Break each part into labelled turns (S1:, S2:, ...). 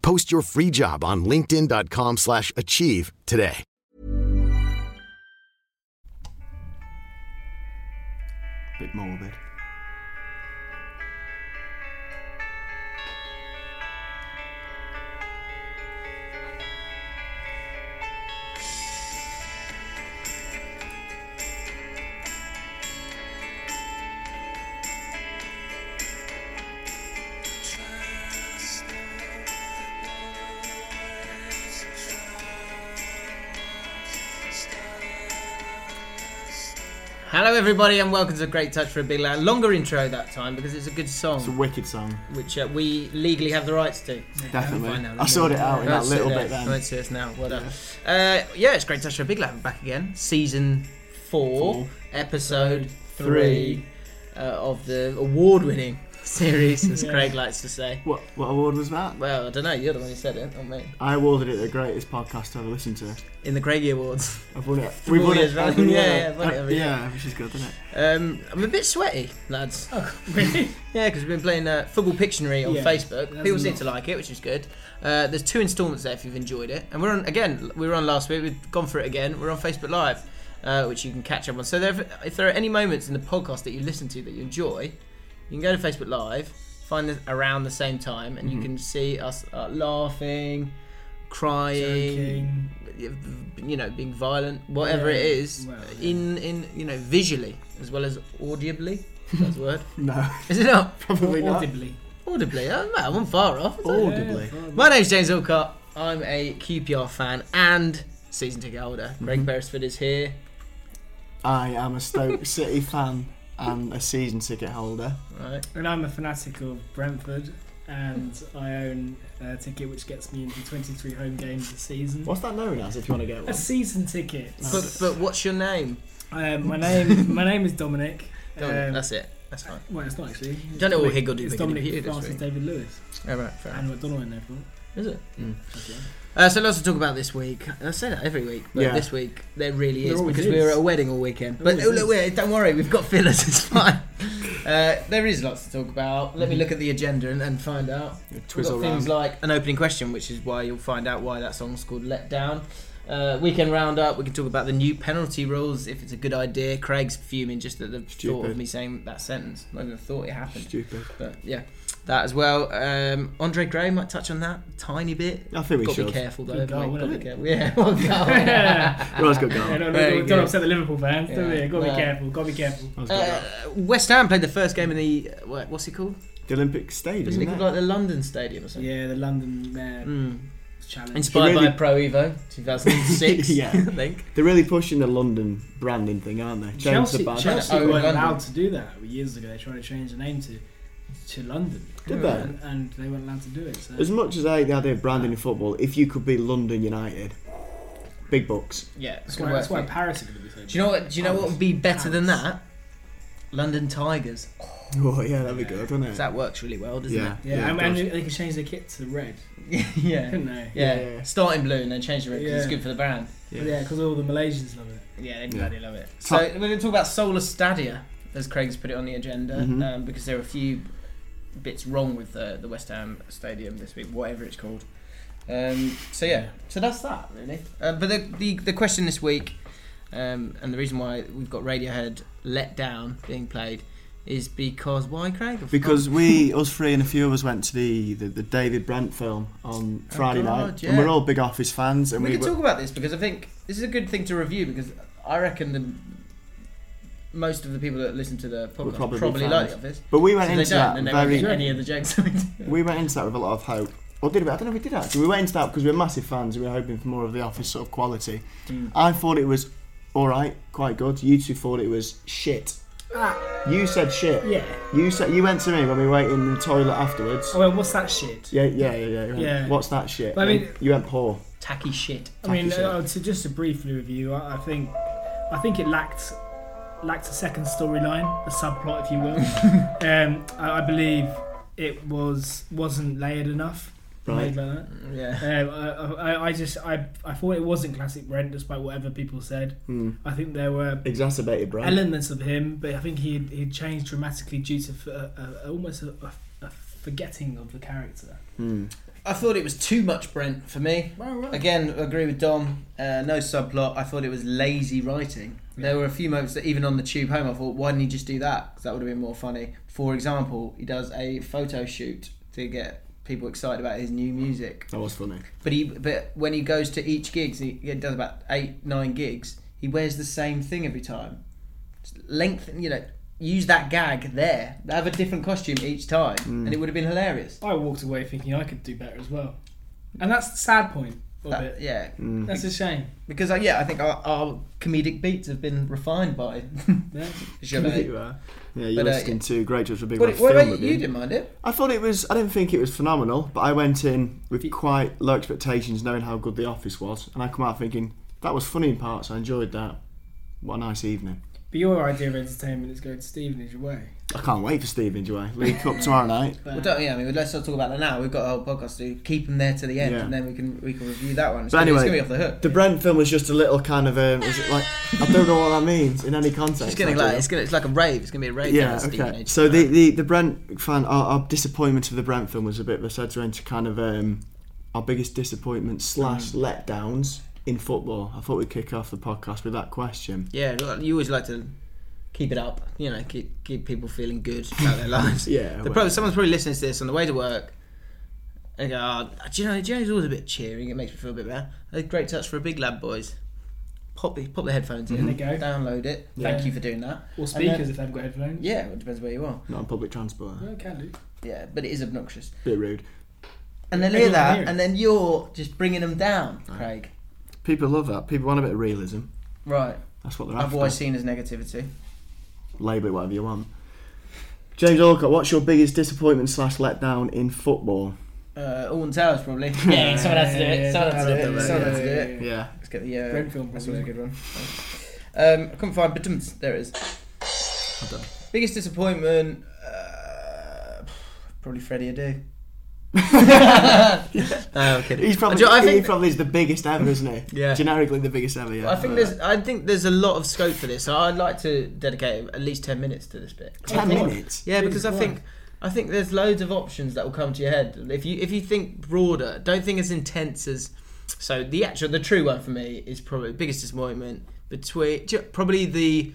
S1: Post your free job on linkedin.com/achieve slash achieve today.
S2: Bit morbid.
S3: Hello, everybody, and welcome to Great Touch for a Big Lad. Longer intro that time because it's a good song,
S2: It's a wicked song.
S3: which uh, we legally have the rights to.
S2: Definitely.
S3: Fine now,
S2: I
S3: let's
S2: sorted
S3: do
S2: it out in that
S3: Let's
S2: little
S3: do
S2: bit
S3: that.
S2: then.
S3: Let's do this now. Well done. Uh, yeah, it's Great Touch for a Big Lad. We're back again. Season four,
S2: Four.
S3: episode three uh, of the award-winning series, as Craig likes to say.
S2: What what award was that?
S3: Well, I don't know. You're the one who said it, not me.
S2: I awarded it the greatest podcast I've ever listened to.
S3: In the Craigie Awards.
S2: I've won it.
S3: We've won it running, yeah, yeah, won it every year.
S2: yeah, which is good, isn't it?
S3: Um, I'm a bit sweaty, lads.
S4: Oh, Really?
S3: Yeah, because we've been playing uh, Football Pictionary on
S4: Yeah,
S3: Facebook.
S4: that's
S3: People seem
S4: not-
S3: to like it, which is good. Uh, there's two instalments there if you've enjoyed it. And we're on again. We were on last week. We've gone for it again. We're on Facebook Live, uh, which you can catch up on. So there, if there are any moments in the podcast that you listen to that you enjoy, you can go to Facebook Live, find us around the same time, and you can see us uh, laughing, crying, you know, being violent, whatever
S4: Yeah,
S3: it is,
S4: well,
S3: in in you know visually as well as audibly. if That's a word.
S2: No,
S3: Is it not?
S2: probably not.
S4: Audibly.
S3: Audibly, oh, man, I wasn't far off. was I?
S2: Audibly.
S3: My name's James Alcott. I'm a QPR fan and season ticket holder. Greg Beresford is here.
S2: I am a Stoke City fan and a season ticket holder.
S3: Right.
S4: And I'm a fanatic of Brentford, and I own a ticket which gets me into 23 home games a season.
S2: What's that known as? If you want to get
S4: A
S2: one.
S4: season ticket.
S3: But, but what's your name?
S4: Um, my name, my name is Dominic.
S3: Dominic,
S4: Um,
S3: that's it. That's fine.
S4: Well, it's not actually. You
S3: done it all higgledy-piggledy
S4: It's Dominic
S3: here this
S4: Francis
S3: week.
S4: David Lewis
S3: All right, fair
S4: and McDonald in everyone.
S3: Is it? Uh, so lots to talk about this week. I say that every week, but
S2: Yeah.
S3: this week there really
S4: There
S3: is
S4: always
S3: because
S4: is.
S3: we were at a wedding all weekend. But
S4: always
S3: oh, look,
S4: is.
S3: wait, don't worry, we've got fillers. It's fine. uh, there is lots to talk about.
S4: Mm-hmm.
S3: Let me look at the agenda and, and find out. We've
S2: Twizzle
S3: got things
S2: round.
S3: like an opening question, which is why you'll find out why that song's called Let Down. Uh, weekend roundup. We can talk about the new penalty rules if it's a good idea. Craig's fuming just at the thought of
S2: Stupid.
S3: me saying that sentence. Not even thought it happened.
S2: Stupid.
S3: But yeah, that as well. Um, Andre Gray might touch on that a tiny bit.
S2: I think we
S3: Got to
S2: should.
S3: be careful though.
S4: Good goal,
S3: haven't we? Got
S4: wasn't
S3: to be careful. Yeah, well, goal.
S4: yeah,
S2: Rose got goal.
S4: don't,
S3: Very
S4: don't,
S3: good.
S4: don't upset the Liverpool fans, do
S3: Yeah.
S4: we? Gotta
S3: No.
S4: be careful. Gotta be careful.
S2: Rose got
S3: Uh,
S2: goal.
S3: West Ham played the first game in the uh, what- what's it called?
S2: The Olympic Stadium.
S3: Isn't it
S2: isn't
S3: called
S2: it?
S3: like the London Stadium or something?
S4: Yeah, the London uh,
S3: Mm.
S4: challenge.
S3: Inspired
S2: really-
S3: by Pro Evo 2006.
S2: Yeah.
S3: I think.
S2: They're really pushing the London branding thing, aren't they? James
S4: Chelsea,
S2: the bad.
S4: Chelsea
S3: Oh,
S4: weren't
S3: London.
S4: allowed to do that years ago. They tried to change the name to to London.
S2: Did they?
S4: And, and they weren't allowed to do it. So.
S2: As much as I hate the idea of branding in football, if you could be London United, big bucks.
S3: Yeah, it's
S4: that's
S3: gonna
S4: why,
S3: work.
S4: that's why
S3: for you.
S4: Paris are going to be so. big.
S3: do you know what? Do you know what would be better than
S4: Paris.
S3: that? London Tigers.
S2: Oh yeah, that'd be good, wouldn't it?
S3: That works really well, doesn't
S2: yeah,
S3: it?
S4: Yeah, and,
S2: it
S4: and
S2: does.
S4: they they could change their kit to red,
S3: yeah.
S4: couldn't they?
S3: Yeah.
S2: Yeah.
S3: Start in blue and then change the red because it's
S4: Yeah.
S3: good for the brand.
S2: Yeah.
S4: Yeah, because all the Malaysians love it.
S3: Yeah, they
S2: Yeah.
S3: bloody love it. So
S2: Top-
S3: we're going to talk about Solar Stadia, as Craig's put it on the agenda,
S2: Mhm.
S3: um, because there are a few bits wrong with the, the West Ham Stadium this week, whatever it's called. Um, so yeah, so that's that really. Uh, but the, the the question this week, um, and the reason why we've got Radiohead "Let Down" being played, is because why, Craig? I've
S2: Because we, us three, and a few of us went to the the, the David Brent film on Friday
S3: Oh, God,
S2: night,
S3: yeah.
S2: and we're all big Office fans, and
S3: we,
S2: we,
S3: can
S2: were-
S3: talk about this because I think this is a good thing to review because I reckon the most of the people that listen to the
S2: We're
S3: podcast
S2: probably
S3: probably,
S2: fans.
S3: like The Office.
S2: But we
S3: So
S2: went
S3: they
S2: into
S3: don't,
S2: that
S3: and they won't
S2: very.
S3: get any of the jokes. that we do.
S2: We went into that with a lot of hope. Or did we? I don't know if we did actually. We went into that because we were massive fans. We were hoping for more of the Office sort of quality.
S3: Hmm.
S2: I thought it was all right, quite good. You two thought it was shit.
S3: Ah.
S2: You said shit.
S4: Yeah.
S2: You said you went to me when we were waiting in the toilet afterwards.
S4: Oh, well, what's that shit?
S2: Yeah, yeah, yeah, yeah. you went,
S4: Yeah.
S2: What's that shit?
S4: I mean-
S2: you went poor.
S3: Tacky shit.
S4: I mean,
S2: Tacky shit.
S4: uh, to just to briefly review, I, I think I think it lacked lacked a second storyline, a subplot, if you will. um, I, I believe it was wasn't layered enough.
S2: Right.
S4: Made like that.
S3: Yeah.
S4: Um, I, I, I just I, I thought it wasn't classic Brent, despite whatever people said. I think there were
S2: Exacerbated, bro.
S4: elements of him, but I think he had- he had changed dramatically due to f- a, a, almost a, a, a forgetting of the character.
S3: I thought it was too much Brent for me.
S4: Well, right.
S3: Again, I agree with Dom. Uh, no subplot. I thought it was lazy writing. There were a few moments that even on the tube home, I thought, why didn't he just do that? 'Cause that would have been more funny. For example, he does a photo shoot to get people excited about his new music.
S2: that was funny.
S3: But he, but when he goes to each gigs, he, he does about eight, nine gigs. He wears the same thing every time. Just Lengthen, you know, use that gag there. Have a different costume each time,
S2: Mm.
S3: and it would have been hilarious.
S4: I walked away thinking I could do better as well, and that's the sad point of
S3: That-
S4: it.
S3: yeah,
S2: Mm.
S4: That's a shame.
S3: Because uh, yeah, I think our, our comedic beats have been refined by
S4: Yeah.
S3: Gervais.
S2: You are. Yeah, you're
S3: But, uh,
S2: listening to Great Judge for Big
S3: What,
S2: Red
S3: what
S2: Film
S3: about you? You
S2: Review.
S3: didn't mind it.
S2: I thought it was. I didn't think it was phenomenal, but I went in with quite low expectations, knowing how good The Office was, and I come out thinking that was funny in parts. I enjoyed that. What a nice evening.
S4: But your idea of entertainment is going to Stevenage away.
S2: I can't wait for Stephen Joy. League Cup tomorrow night.
S3: Well, don't, yeah, I mean, let's not talk about that now. We've got a whole podcast to do. keep them there to the end,
S2: Yeah.
S3: and then we can we can review that one. It's,
S2: But
S3: gonna,
S2: anyway,
S3: it's gonna be off the
S2: the
S3: hook.
S2: Brent film was just a little kind of um, was it like I don't know what that means in any context.
S3: It's gonna
S2: I
S3: be like
S2: do.
S3: it's gonna it's like a rave. It's gonna be a rave.
S2: Yeah,
S3: down at
S2: okay.
S3: Stevenage.
S2: So the, the, the Brent fan, our, our disappointment of the Brent film was a bit of a segue into kind of um, our biggest disappointment slash
S3: Mm.
S2: letdowns in football. I thought we'd kick off the podcast with that question.
S3: yeah, look, you always like to keep it up. You know, keep keep people feeling good about their lives.
S2: Yeah,
S3: the
S2: well.
S3: probably, someone's probably listening to this on the way to work. And go, oh, do you know, do you know, it's always a bit cheering. It makes me feel a bit better. A great touch for a big lad, boys. Pop the pop the headphones in.
S4: There you go.
S3: Download it. Thank you for doing that.
S4: Or
S3: And then-
S4: speakers if they've got headphones.
S3: yeah, it depends where you are.
S2: Not on public transport.
S4: Yeah, can do.
S3: Yeah, but it is obnoxious.
S2: Bit rude.
S3: And they'll hear
S4: Everyone
S3: that,
S4: can hear it.
S3: and then you're just bringing them down, Craig.
S2: People love that. People want a bit of realism.
S3: Right.
S2: That's what they're
S3: I've
S2: after.
S3: always seen as negativity.
S2: Label it whatever you want. James Alcott, what's your biggest disappointment slash letdown in football?
S3: Uh, Alton Towers, probably. Yeah, someone has to do it. Someone has to do it. Someone has to do it.
S2: Yeah.
S3: Let's get the uh,
S4: Brentfield,
S3: That's always a
S4: probably.
S3: good one. Um, I couldn't find Badums. There it is. Biggest disappointment, uh, probably Freddie Adu. no, I'm kidding.
S2: He's probably,
S3: Do you- I
S2: he
S3: think,
S2: probably is the biggest ever, isn't he?
S3: Yeah.
S2: Generically the biggest ever, yeah.
S3: I think there's I think there's a lot of scope for this. So I'd like to dedicate at least ten minutes to this bit.
S2: Ten minutes?
S3: Yeah, because I
S4: why?
S3: think I think there's loads of options that will come to your head. If you if you think broader, don't think as intense as. So the actual the true one for me is probably the biggest disappointment between ju- probably the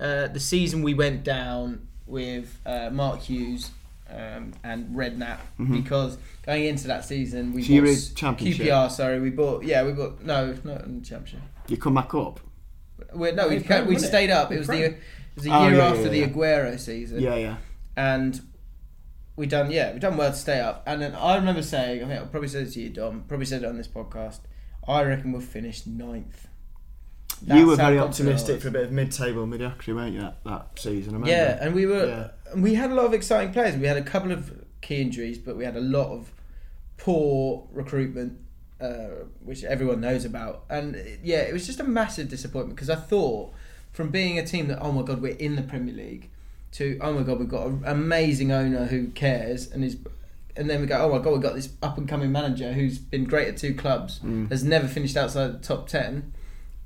S3: uh, the season we went down with uh, Mark Hughes. Um, and Redknapp because going into that season
S2: Mm-hmm.
S3: we
S2: So you
S3: bought
S2: were
S3: s-
S2: Championship?
S3: QPR sorry we bought yeah we bought no not in the championship
S2: You come back up.
S3: we no, we,
S4: We've
S3: ca-
S4: grown,
S3: we
S4: wasn't
S3: stayed
S4: it?
S3: up. It
S4: We've
S3: was the
S4: grown.
S3: it was the
S2: Oh,
S3: year
S2: yeah,
S3: after
S2: yeah,
S3: the
S2: yeah.
S3: Aguero season.
S2: Yeah, yeah.
S3: And we done yeah, we done well to stay up. And then I remember saying, I think I probably said it to you, Dom, probably said it on this podcast. I reckon we'll finish ninth.
S2: you
S3: That's
S2: were
S3: how
S2: very
S3: confident I
S2: optimistic
S3: was.
S2: for a bit of mid-table mediocrity, weren't you, that, that season? I remember.
S3: Yeah, and we were
S2: Yeah.
S3: and we had a lot of exciting players. We had a couple of key injuries, but we had a lot of poor recruitment, uh, which everyone knows about. And uh, yeah, it was just a massive disappointment because I thought from being a team that oh my god we're in the Premier League to oh my god we've got an amazing owner who cares and is. And then we go, oh my god, we've got this up and coming manager who's been great at two clubs,
S2: Mm.
S3: has never finished outside the top 10.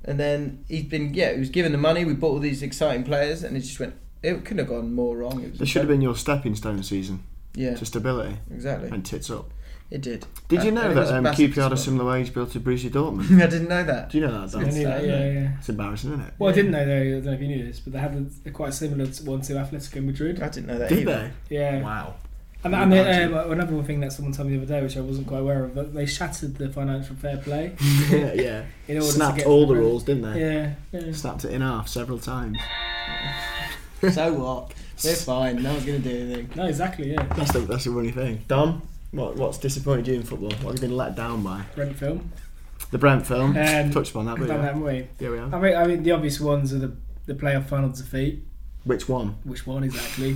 S3: And then he's been, yeah, he was given the money. We bought all these exciting players, and it just went. It couldn't have gone more wrong. It was
S2: This should have been your stepping stone season
S3: Yeah,
S2: to stability.
S3: exactly.
S2: And tits up.
S3: It did.
S2: Did
S3: Uh,
S2: you
S3: I
S2: know
S3: think it was
S2: that
S3: a
S2: um,
S3: massive
S2: QPR are
S3: disappointment.
S2: similar wage bill to Borussia Dortmund?
S3: I didn't know that.
S2: Do you know that?
S4: I
S2: Dan?
S4: knew that,
S3: sad,
S4: yeah,
S3: isn't
S4: yeah.
S2: It's embarrassing, isn't it?
S4: Well, I didn't know though. I don't know if you knew this, but they had a, a quite similar t- one to Atletico Madrid.
S3: I didn't know that
S2: Did
S3: either.
S2: they?
S4: Yeah,
S2: Wow.
S4: and, and they, uh, well, another thing that someone told me the other day, which I wasn't quite aware of, but they shattered the financial fair play
S2: yeah, yeah.
S4: in order to
S2: Snapped
S4: get
S2: all the rules, didn't they?
S4: Yeah, yeah.
S2: Snapped it in half several times.
S3: so what? We're fine. No one's going to do anything.
S4: No, exactly. Yeah,
S2: That's the that's the funny thing. Dom, what what's disappointed you in football? What have you been let down by?
S4: Brent film.
S2: The Brent film.
S4: Um,
S2: Touched upon that, but
S4: Done
S2: yeah.
S4: that, haven't we?
S2: Here we
S4: I
S3: Oh.
S2: are.
S4: mean, I mean, the obvious ones are the the playoff final defeat.
S2: Which one?
S4: Which one exactly?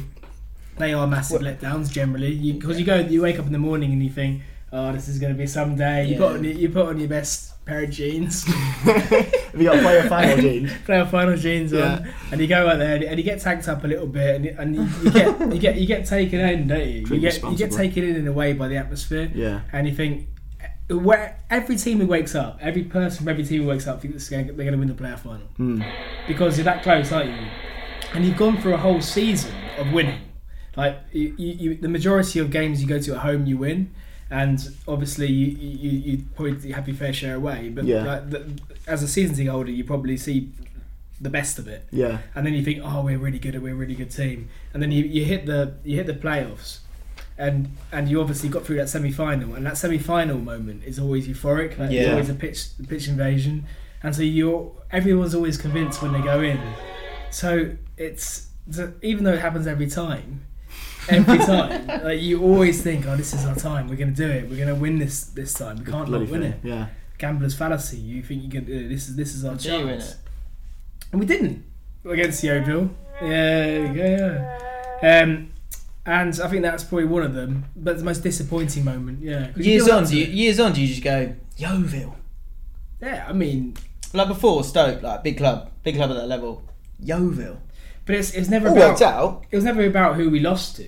S4: They are massive letdowns generally because you, go, you wake up in the morning and you think, "Oh, this is going to be some day." You put
S3: Yeah.
S4: on your, you put on your best pair of jeans,
S2: Have you got player final, Gene?
S4: playoff final jeans
S2: Yeah.
S4: on, and you go out there and, and you get tanked up a little bit, and, you- and you, you get you get you get taken in, don't you? You
S2: Drink
S4: get you get
S2: responsibly.
S4: taken in in a way by the atmosphere.
S2: Yeah.
S4: and you think eh, where every team who wakes up, every person from every team who wakes up thinks this is gonna- they're going to win the playoff final
S2: Hmm.
S4: because you're that close, aren't you? And you've gone through a whole season of winning. Like you, you, you, the majority of games you go to at home, you win, and obviously you you, you you probably have your fair share away. But
S2: Yeah.
S4: like the, as a season ticket holder, you probably see the best of it
S2: Yeah.
S4: and then you think, oh, we're really good, we're a really good team, and then you, you hit the you hit the playoffs, and and you obviously got through that semi final, and that semi final moment is always euphoric, like there's
S3: Yeah.
S4: always a pitch pitch invasion, and so you're everyone's always convinced when they go in, so it's so even though it happens every time. Every time, like you always think, "Oh, this is our time. We're gonna do it. We're gonna win this this time. We can't
S2: Bloody
S4: not win
S2: thing.
S4: it."
S2: Yeah.
S4: Gambler's fallacy. You think you can? Uh, this is this is our
S3: Do you win
S4: chance.
S3: it?
S4: And we didn't against Yeovil. Yeah, yeah, yeah. Um, and I think that's probably one of them, but the most disappointing moment. Yeah, 'Cause
S3: Years
S4: build
S3: on,
S4: up
S3: do you,
S4: to it.
S3: years on, do you just go Yeovil?
S4: yeah. I mean,
S3: Like before Stoke, like big club, big club at that level. Yeovil.
S4: but it's it's never
S3: All
S4: about
S3: worked out.
S4: it was never about who we lost to.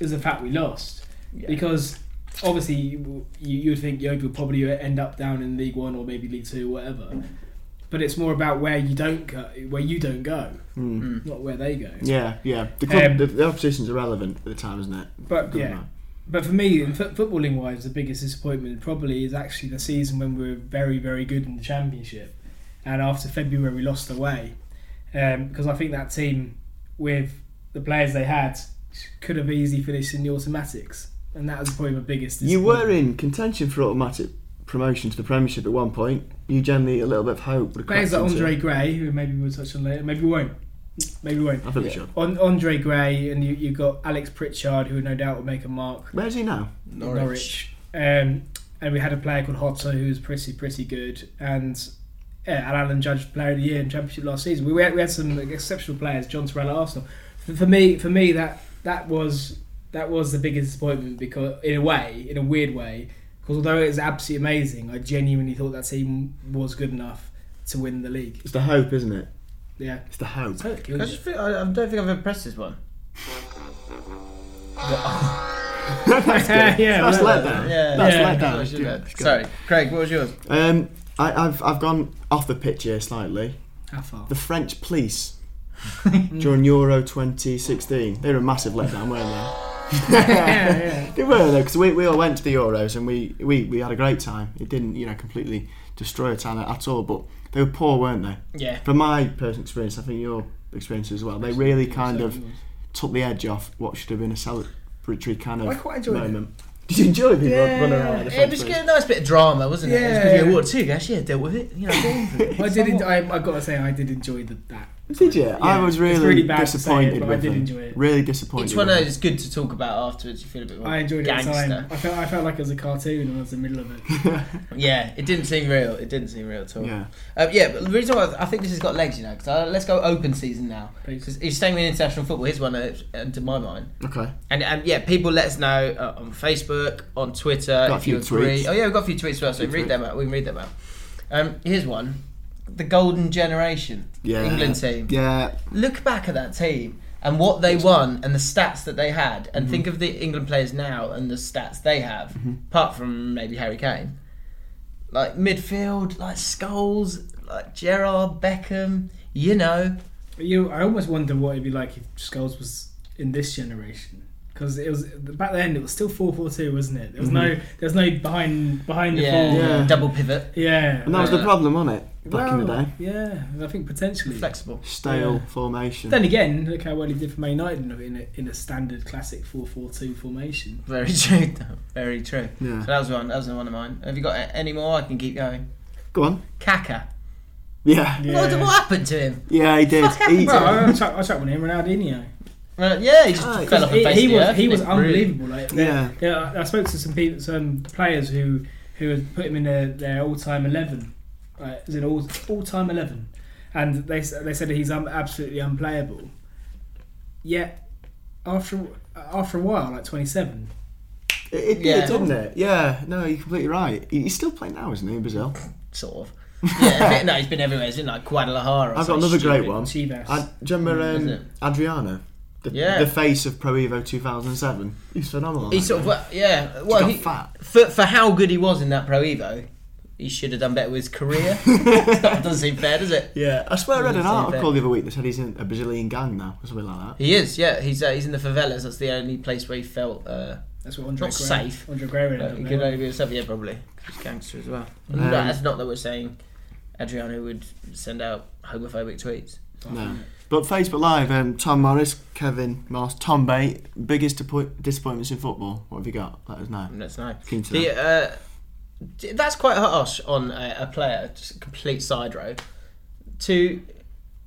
S4: It was the fact we lost because obviously you you would think Yeovil probably end up down in League One or maybe League Two, or whatever. But it's more about where you don't go, where you don't go,
S3: Hmm.
S4: not where they go.
S2: Yeah, yeah. The club,
S4: Um,
S2: the, the opposition's irrelevant at the time, isn't it?
S4: But
S2: Doesn't
S4: yeah,
S2: matter.
S4: but for me, in f- footballing wise, the biggest disappointment probably is actually the season when we were very, very good in the championship, and after February we lost away, um, because I think that team with the players they had could have easily finished in the automatics, and that was probably my biggest.
S2: You were
S4: disappointment.
S2: in contention for automatic promotion to the Premiership at one point. You generally a little bit of hope. would have
S4: players like
S2: cracked into
S4: Andre
S2: it.
S4: Gray, who maybe we'll touch on later, maybe we won't, maybe we won't.
S2: I think we should.
S4: On Andre Gray, and you you got Alex Pritchard, who no doubt will make a mark.
S2: Where's he now?
S4: Norwich. Um, and we had a player called Hotso who was pretty pretty good, and yeah, and Alan Judge Player of the Year in Championship last season. We had, we had some exceptional players. John Terrell at Arsenal. For, for me, for me that that was that was the biggest disappointment because in a way, in a weird way, because although it was absolutely amazing, I genuinely thought that team was good enough to win the league.
S2: It's the hope, isn't it?
S4: Yeah.
S2: It's the hope.
S4: So it kills
S3: I
S4: you.
S3: just feel, I, I don't think I've ever pressed this one.
S4: yeah, yeah,
S2: That's
S4: well,
S2: let down.
S3: Yeah.
S2: That's
S4: Yeah.
S2: let
S3: That was your
S2: down.
S3: bad. Sorry, Craig. What was yours?
S2: Um, I, I've I've gone off the pitch here slightly.
S4: how far?
S2: The French police during Euro 2016, they were a massive letdown, weren't they?
S4: yeah, yeah.
S2: They were though, because we, we all went to the Euros and we, we, we had a great time. It didn't, you know, completely destroy a time at all, but they were poor, weren't they?
S3: Yeah.
S2: From my personal experience, I think your experience as well. They really kind of took the edge off what should have been a celebratory kind of
S4: I quite enjoyed it.
S2: moment. Did you enjoy people running around like the
S3: It
S2: French
S3: was
S2: police?
S3: a nice bit of drama, wasn't it?
S4: Yeah.
S3: It's because we were too, actually, yeah, dealt with it. You know, dealt with it.
S4: I did. en- I, I got to say, I did enjoy the, that.
S2: Did you? I
S4: Yeah,
S2: was
S4: it's
S2: really,
S4: really bad to say it,
S2: disappointed
S4: but I
S2: with
S4: did
S2: them.
S4: enjoy it.
S2: Really disappointed.
S3: Each one
S2: with
S3: of
S2: them.
S3: those is good to talk about afterwards. You feel a bit more
S4: I enjoyed it at the
S3: gangster.
S4: time. I felt, I felt like it was a cartoon and I was in the middle of it.
S3: Yeah, it didn't seem real. It didn't seem real at all.
S2: Yeah.
S3: Um, yeah, but the reason why I think this has got legs, you know, because uh, let's go open season now.
S4: Please.
S3: Because you're staying with international football. Here's one that uh, to my mind.
S2: Okay.
S3: And, and yeah, people let us know uh, on Facebook, on Twitter,
S2: a
S3: if you
S2: few
S3: agree.
S2: tweets.
S3: Oh yeah, we've got a few tweets as well, so
S2: Few
S3: read
S2: tweets.
S3: them out. We can read them out. Um, here's one: the Golden Generation,
S2: Yeah.
S3: England team.
S2: Yeah.
S3: Look back at that team and what they won and the stats that they had, and
S4: Mhm.
S3: think of the England players now and the stats they have, apart from maybe Harry Kane. Like midfield, like Scholes, like Gerard, Beckham. You know,
S4: But you, I almost wonder what it'd be like if Skulls was in this generation. because it was back then it was still four four two, wasn't it? There was no there was no behind behind the
S3: Yeah,
S4: ball.
S2: Yeah.
S3: double pivot,
S4: Yeah.
S2: And that
S3: Uh,
S2: was the problem, wasn't it? Back in the
S4: Well,
S2: day.
S4: Yeah, I think potentially.
S3: flexible.
S2: Stale
S4: Yeah.
S2: formation.
S4: Then again, look how well he did for Man United in a, in a, in a standard classic 4-4-2 formation.
S3: Very true. Very true.
S2: Yeah.
S3: So that was one. That was one of mine. Have you got a- any more? I can keep going.
S2: Go on.
S3: Kaka.
S2: Yeah. Yeah,
S3: What, what happened to him?
S2: he did.
S3: Fuck happened,
S2: He-
S4: Bro, I'll Oh, chuck, I'll chuck one in Ronaldinho.
S3: Well, yeah, he just
S2: Oh,
S3: fell off and
S4: Ah, He,
S3: faced
S4: he
S3: the
S4: was
S3: earth,
S4: he
S3: didn't
S4: was
S3: it?
S4: unbelievable. Like,
S2: Yeah.
S4: yeah. yeah. I I spoke to some people, some players who who had put him in their, their all time eleven, right? Is it all all time eleven? And they s- they said that he's um, absolutely unplayable. Yet after after a while, like twenty seven,
S2: It, it did,
S3: Yeah.
S2: didn't it? Yeah. No, you're completely right. He- He's still playing now, isn't he, in Brazil?
S3: Sort of. Yeah, no, he's been everywhere. He's in like Guadalajara. or
S2: I've got
S3: something
S2: another
S3: stupid.
S2: great one.
S4: Chivas.
S2: I, do you remember
S3: Mm, is
S2: um,
S3: it?
S2: Adriano? The,
S3: Yeah.
S2: the face of Pro Evo 2007. He's phenomenal.
S3: He
S2: that
S3: sort
S2: guy.
S3: of, well, yeah. Well,
S2: got
S3: he,
S2: fat.
S3: For, for how good he was in that Pro Evo, he should have done better with his career. that doesn't seem fair, does it?
S2: Yeah, I swear I read an
S3: Mm, Same
S2: article
S3: thing.
S2: the other week that said he's in a Brazilian gang now, or something like that.
S3: He is, yeah. He's uh, he's in the favelas. That's the only place where he felt uh,
S4: that's what Andre
S3: Not
S4: Guerrero-
S3: safe.
S4: Andre Guerrero
S3: uh,
S4: did,
S3: he
S4: man.
S3: could only be himself. Yeah, probably. He's a gangster as well.
S2: Um,
S3: No, that's not that we're saying Adriano would send out homophobic tweets.
S2: No. But Facebook Live, um, Tom Morris, Kevin Moss, Tom Bate, biggest depo- disappointments in football. What have you got? Let us know.
S3: That's nice.
S2: Keen to
S3: The, uh, d- that's quite harsh on a, a player, just a complete side road, to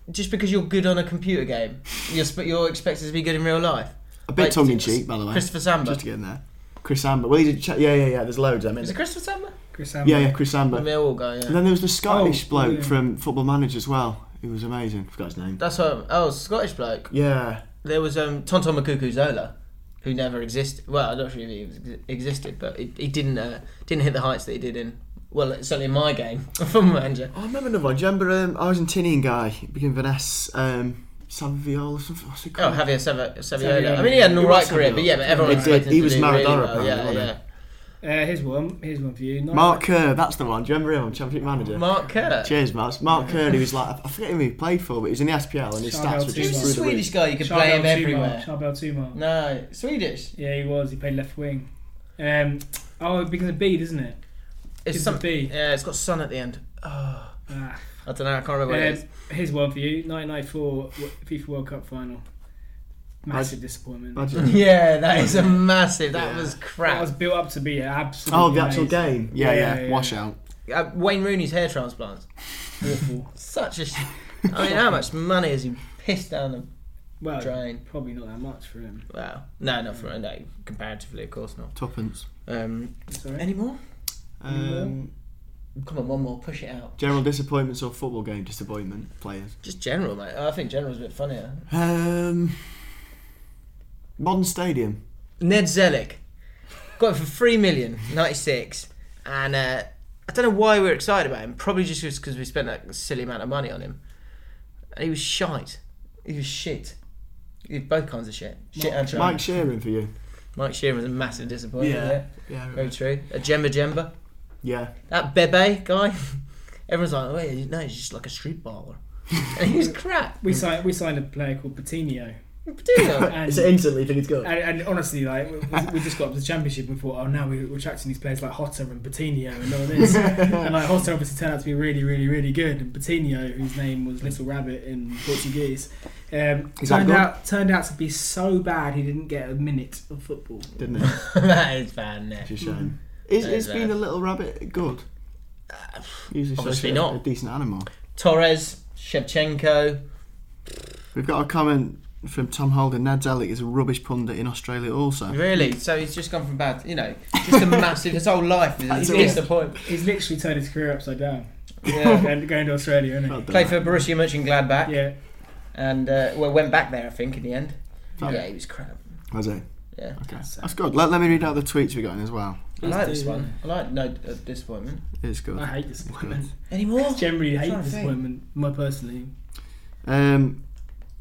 S3: just because you're good on a computer game, you're, sp- you're expected to be good in real life.
S2: A bit
S3: Like,
S2: tongue in cheek, by the way.
S3: Christopher Samba.
S2: Just to get in there. Chris Amber. Well, he's a cha- yeah, yeah, yeah. There's loads. I mean,
S3: Is it Christopher Samba?
S4: Chris Amber.
S2: yeah, yeah, Chris Amber.
S3: The Millwall guy, yeah.
S2: And then there was the Scottish
S4: Oh,
S2: bloke
S4: yeah.
S2: from Football Manager as well. He was amazing. Forgot his name.
S3: That's what, oh, Scottish bloke.
S2: yeah,
S3: There was um, Tonton Makuku Zola, who never existed. Well, I'm not sure if he ex- existed, but he, he didn't uh, didn't hit the heights that he did in, well, certainly in my game, from Manager.
S2: Oh, I remember another one. Do you remember um, Argentinian guy? He became Vanessa um, Saviola. or something. What's it
S3: Oh,
S2: called?
S3: Javier Sav- Saviola.
S4: Saviola.
S3: I mean, he had an
S2: He
S3: alright
S2: was
S3: career,
S2: Saviola.
S3: but yeah, but everyone
S2: He did.
S3: expected him
S2: He
S3: to
S2: was
S3: do
S2: Maradona,
S3: really well.
S2: apparently,
S3: Yeah,
S2: wasn't he?
S3: yeah.
S4: Uh, here's one. Here's one for you. Not
S2: Mark Kerr. That's the one. Do you remember him? Championship Manager.
S3: Mark Kerr.
S2: Cheers, Mark. Mark Kerr. He was like I forget who he played for, but he was in the SPL and his
S4: Shout
S2: stats
S4: out
S2: were
S4: to
S3: He
S2: just
S3: was a
S4: He's
S2: through the
S3: Swedish
S2: roof.
S3: guy. You could play him
S4: Charbel
S3: everywhere.
S4: Tumar. Charbel Tumar.
S3: No, Swedish.
S4: Yeah, he was. He played left wing. Um, oh, it begins with B, doesn't it?
S3: It's
S4: It's
S3: some,
S4: a B.
S3: Yeah, it's got sun at the end. Oh,
S4: Ah.
S3: I don't know. I can't remember what it
S4: Um,
S3: is.
S4: here's one for you. 1994 w- FIFA World Cup final. Massive disappointment.
S2: Imagine.
S3: Yeah, that is a massive. That
S2: Yeah.
S3: was
S4: That was
S3: crap.
S4: built up to be an absolute.
S2: Oh, the actual
S4: amazing-
S2: game. Yeah, yeah.
S4: Yeah, yeah.
S2: Washout.
S3: Uh, Wayne Rooney's hair transplants.
S4: Awful.
S3: Such a. Sh- I mean, how much money has he pissed down them?
S4: Well,
S3: Drain.
S4: probably not that much for him.
S3: Wow. No, not for no. Comparatively, of course not.
S2: Tuppence.
S3: Um,
S4: Sorry.
S3: any more?
S2: Um,
S3: Come on, one more. Push it out.
S2: general disappointments or football game disappointment players.
S3: Just general, mate. I think general's a bit funnier.
S2: Um, modern stadium.
S3: Ned Zelic got it for three million ninety six, and uh, I don't know why we were excited about him. Probably just because we spent that silly amount of money on him. And he was shite. He was shit. He did both kinds of shit. Shit and shite.
S2: Mike Sheeran for you.
S3: Mike Sheeran was a massive disappointment.
S2: Yeah.
S3: there.
S2: Yeah.
S3: Very true. A Jemba Jemba.
S2: Yeah.
S3: That Bebe guy. Everyone's like, oh, yeah, no, he's just like a street baller. and he was crap.
S2: Mm.
S4: We signed. We signed a player called Patino.
S3: Patino.
S4: And,
S2: instantly think it's good?
S4: and, and honestly, like we, we just got up to the championship and thought, oh, now we, we're attracting these players like Hotter and Patino and all this. and like Hotter obviously turned out to be really, really, really good, and Patino, whose name was Little Rabbit in Portuguese, um,
S2: Is that
S4: turned
S2: good?
S4: out turned out to be so bad he didn't get a minute of football.
S2: Didn't it?
S3: that is bad, Ned.
S2: It's a shame. Is,
S3: That is
S2: is being a
S3: bad.
S2: little rabbit good? Uh, Usually
S3: obviously
S2: associated
S3: not.
S2: with A decent animal.
S3: Torres, Shevchenko.
S2: We've got a comment from Tom Holden. Ned Zelic is a rubbish pundit in Australia. Also,
S3: Really? So he's just gone from bad, you know, just a massive. His whole life is a
S4: all.
S3: disappointment.
S4: He's literally turned his career upside down.
S3: Yeah.
S4: Going, going to Australia, isn't
S2: Well
S4: he?
S2: done.
S3: Played for Borussia Mönchengladbach
S4: Yeah,
S3: and uh, well went back there, I think, in the end.
S2: Fab.
S3: Yeah, he was crap.
S2: Has he?
S3: Yeah,
S2: Okay, that's good. Let, let me read out the tweets we got in as well.
S3: I like this
S4: do,
S3: one. I like no uh, disappointment.
S2: It's good.
S4: I hate disappointment.
S3: Any more?
S4: Generally,
S3: Trying
S4: hate
S3: to think.
S4: disappointment. My personally,
S2: Um,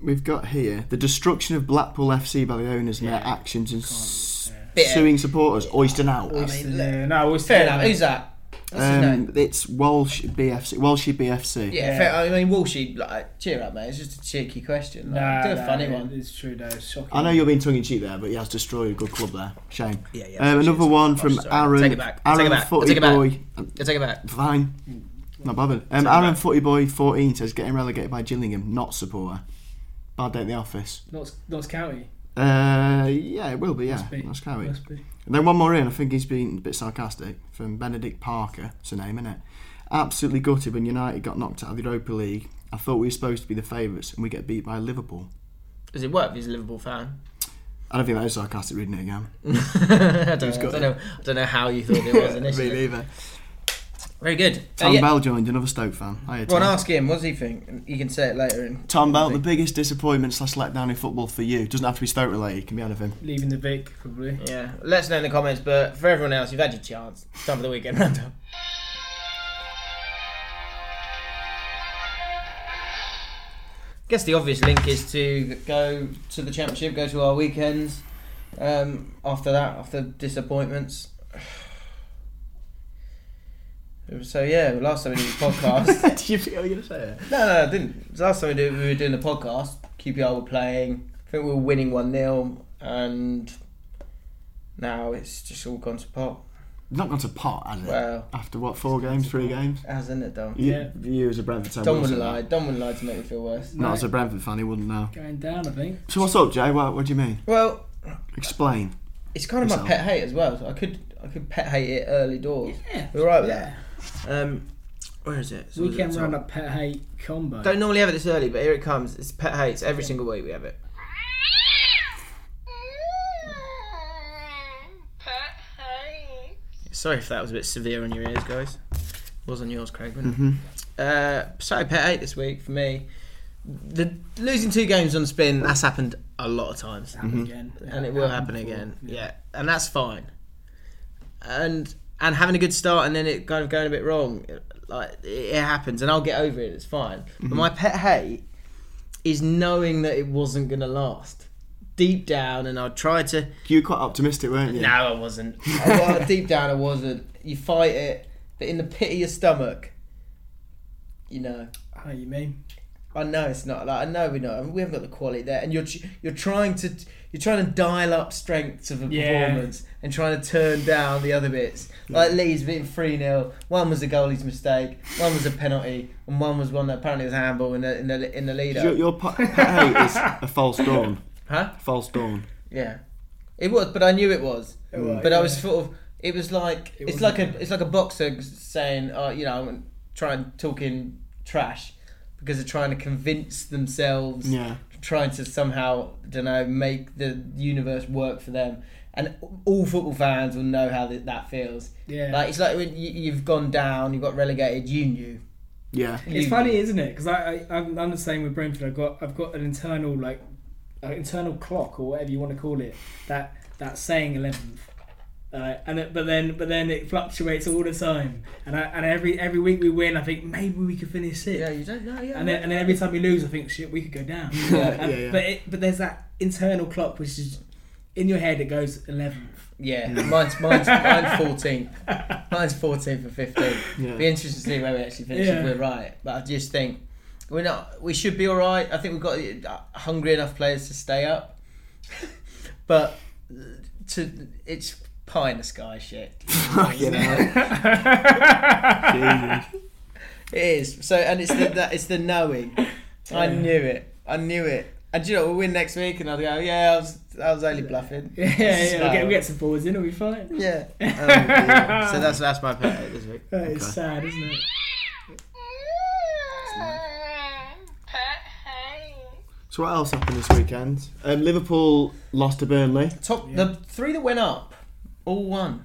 S2: we've got here the destruction of Blackpool FC by the owners and their actions and s-
S3: yeah.
S2: suing supporters. Oyster now.
S3: mean,
S4: yeah, no, I was
S3: Fair enough. Who's that? What's
S2: Um,
S3: his name?
S2: it's Welsh BFC. Welshy BFC.
S3: Yeah, fair, I mean, Walshy, like, cheer up, mate. It's just a cheeky question. Like,
S4: Nah,
S3: do a
S4: nah,
S3: funny
S4: it-
S3: one.
S4: It's true, though. It's shocking.
S2: I know you're being tongue in cheek there, but he has destroyed a good club there. Shame.
S3: Yeah, yeah,
S2: Um,
S3: cheers.
S2: another one from
S3: Oh, Sorry.
S2: Aaron.
S3: Take it back.
S2: Aaron
S3: Take it back.
S2: Footy
S3: Take it back.
S2: Boy.
S3: I take it back.
S2: Fine. Not bothered. Um,
S3: it
S2: Aaron
S3: back.
S2: Footy Boy 14 says getting relegated by Gillingham, not supporter. Bad day at the office.
S4: Notts, Notts County.
S2: Uh, yeah, it will be, yeah.
S4: must be.
S2: That's kind
S4: Must be.
S2: And then one more in, I think he's been a bit sarcastic, from Benedict Parker, it's a name, is it? Absolutely gutted when United got knocked out of the Europa League. I thought we were supposed to be the favourites and we get beat by Liverpool.
S3: Does it work if he's a Liverpool fan?
S2: I don't think that is sarcastic reading it again.
S3: I don't, know, I don't know. I don't know how you thought it was
S2: Me
S3: initially.
S2: neither.
S3: Very good. Uh,
S2: Tom
S3: yeah.
S2: Bell joined, another Stoke fan. Hiya,
S3: Go
S2: Tom.
S3: on, ask him. What does he think? And You can say it later. In
S2: Tom Bell, the biggest disappointment slash letdown in football for you. Doesn't have to be Stoke related, can be anything.
S4: Leaving the Vic, probably.
S3: Yeah. Let us know in the comments. But for everyone else, you've had your chance. It's time for the weekend roundup. guess the obvious link is to go to the championship, go to our weekends. Um, after that, after disappointments. So yeah, last time we did the podcast.
S2: Did you feel you were going to say it?
S3: No, no, I didn't. The last time we, did, we were doing the podcast, QPR were playing. I think we were winning 1 0, and now it's just all gone to pot.
S2: Not gone to pot, has it?
S3: Well-
S2: After what, four games, three games?
S3: Hasn't it, Dom?
S2: Yeah. You, you as a Brentford fan.
S3: Don
S2: wouldn't
S3: wouldn't
S2: say
S3: lie.
S2: that.
S3: Don wouldn't lie to make me feel worse.
S2: Not as a Brentford fan, he wouldn't know.
S4: Going down, I think.
S2: So what's up, Jay? What, what do you mean?
S3: Well,
S2: Explain.
S3: it's kind of my
S2: Yourself.
S3: pet hate as well. So I could I could pet hate it early doors. Yeah. We're right with that. Um, where is it? So
S4: Weekend
S3: it's on.
S4: round up pet hate combo.
S3: Don't normally have it this early, but here it comes. It's pet hates. Every single week we have it.
S5: Pet hate.
S3: Sorry if that was a bit severe on your ears, guys. Wasn't yours, Craig? Wasn't it? Uh, so pet eight this week for me. The losing two games on spin that's happened a lot of times,
S4: again.
S3: and it will happen again. Yeah. and that's fine. And and having a good start and then it kind of going a bit wrong, like it, it happens, and I'll get over it. It's fine. But my pet hate is knowing that it wasn't gonna last. Deep down, and I'll try to.
S2: You were quite optimistic, weren't you?
S3: No, I wasn't. well, uh, deep down, I wasn't. You fight it, but in the pit of your stomach, you know.
S4: How you mean?
S3: I know it's not like I know we know we haven't got the quality there, and you're tr- you're trying to you're trying to dial up strengths of a
S4: Yeah.
S3: performance and trying to turn down the other bits. Like Leeds being three 0 one was the goalie's mistake, one was a penalty, and one was one that apparently was a handball in the in the in the lead
S2: Your,
S3: up.
S2: your pot, pet hate is a false dawn.
S3: Huh?
S2: False dawn.
S3: Yeah, it was, but I knew it was. but I was sort of. It was like it's like a it's like a boxer saying, uh, you know, I'm trying talking trash because they're trying to convince themselves,
S2: Yeah.
S3: trying to somehow, don't know, make the universe work for them. And all football fans will know how that, that feels.
S4: Yeah.
S3: like it's like when you, you've gone down, you've got relegated. You knew.
S2: Yeah.
S4: It's funny, isn't it? Because I, I, I'm, I'm the same with Brentford. I've got, I've got an internal like, an internal clock or whatever you want to call it. That, that saying eleventh. Uh, and it, but then, but then it fluctuates all the time. And I, and every every week we win, I think maybe we could finish it.
S3: Yeah, you don't know. Yeah,
S4: And then, and then every time we lose, I think shit, we could go down. And-
S2: yeah, yeah.
S4: But it, but there's that internal clock which is in your head. It goes eleventh.
S3: Yeah,
S4: Mm.
S3: mine's mine's mine's fourteenth. Mine's fourteenth and fifteenth.
S2: Yeah.
S3: Be interesting to see where we actually finish if
S4: Yeah.
S3: we're right. But I just think we're not. We should be all right. I think we've got uh, hungry enough players to stay up. but uh, to it's pie in the sky shit.
S2: Fucking hell. Jesus.
S3: It is. So and it's the that it's the knowing. I knew it. I knew it. And do you know we'll win next week, and I'll go. Yeah, I was I was only bluffing.
S4: Yeah, yeah.
S3: So-
S4: We'll get, we'll get some forwards in, and we fine.
S3: Yeah. Oh, dear. so that's that's my pet hate this week.
S4: That is sad, isn't it?
S5: Pet hate.
S2: So what else happened this weekend? Um, Liverpool lost to Burnley.
S3: Top the three that went up, all won.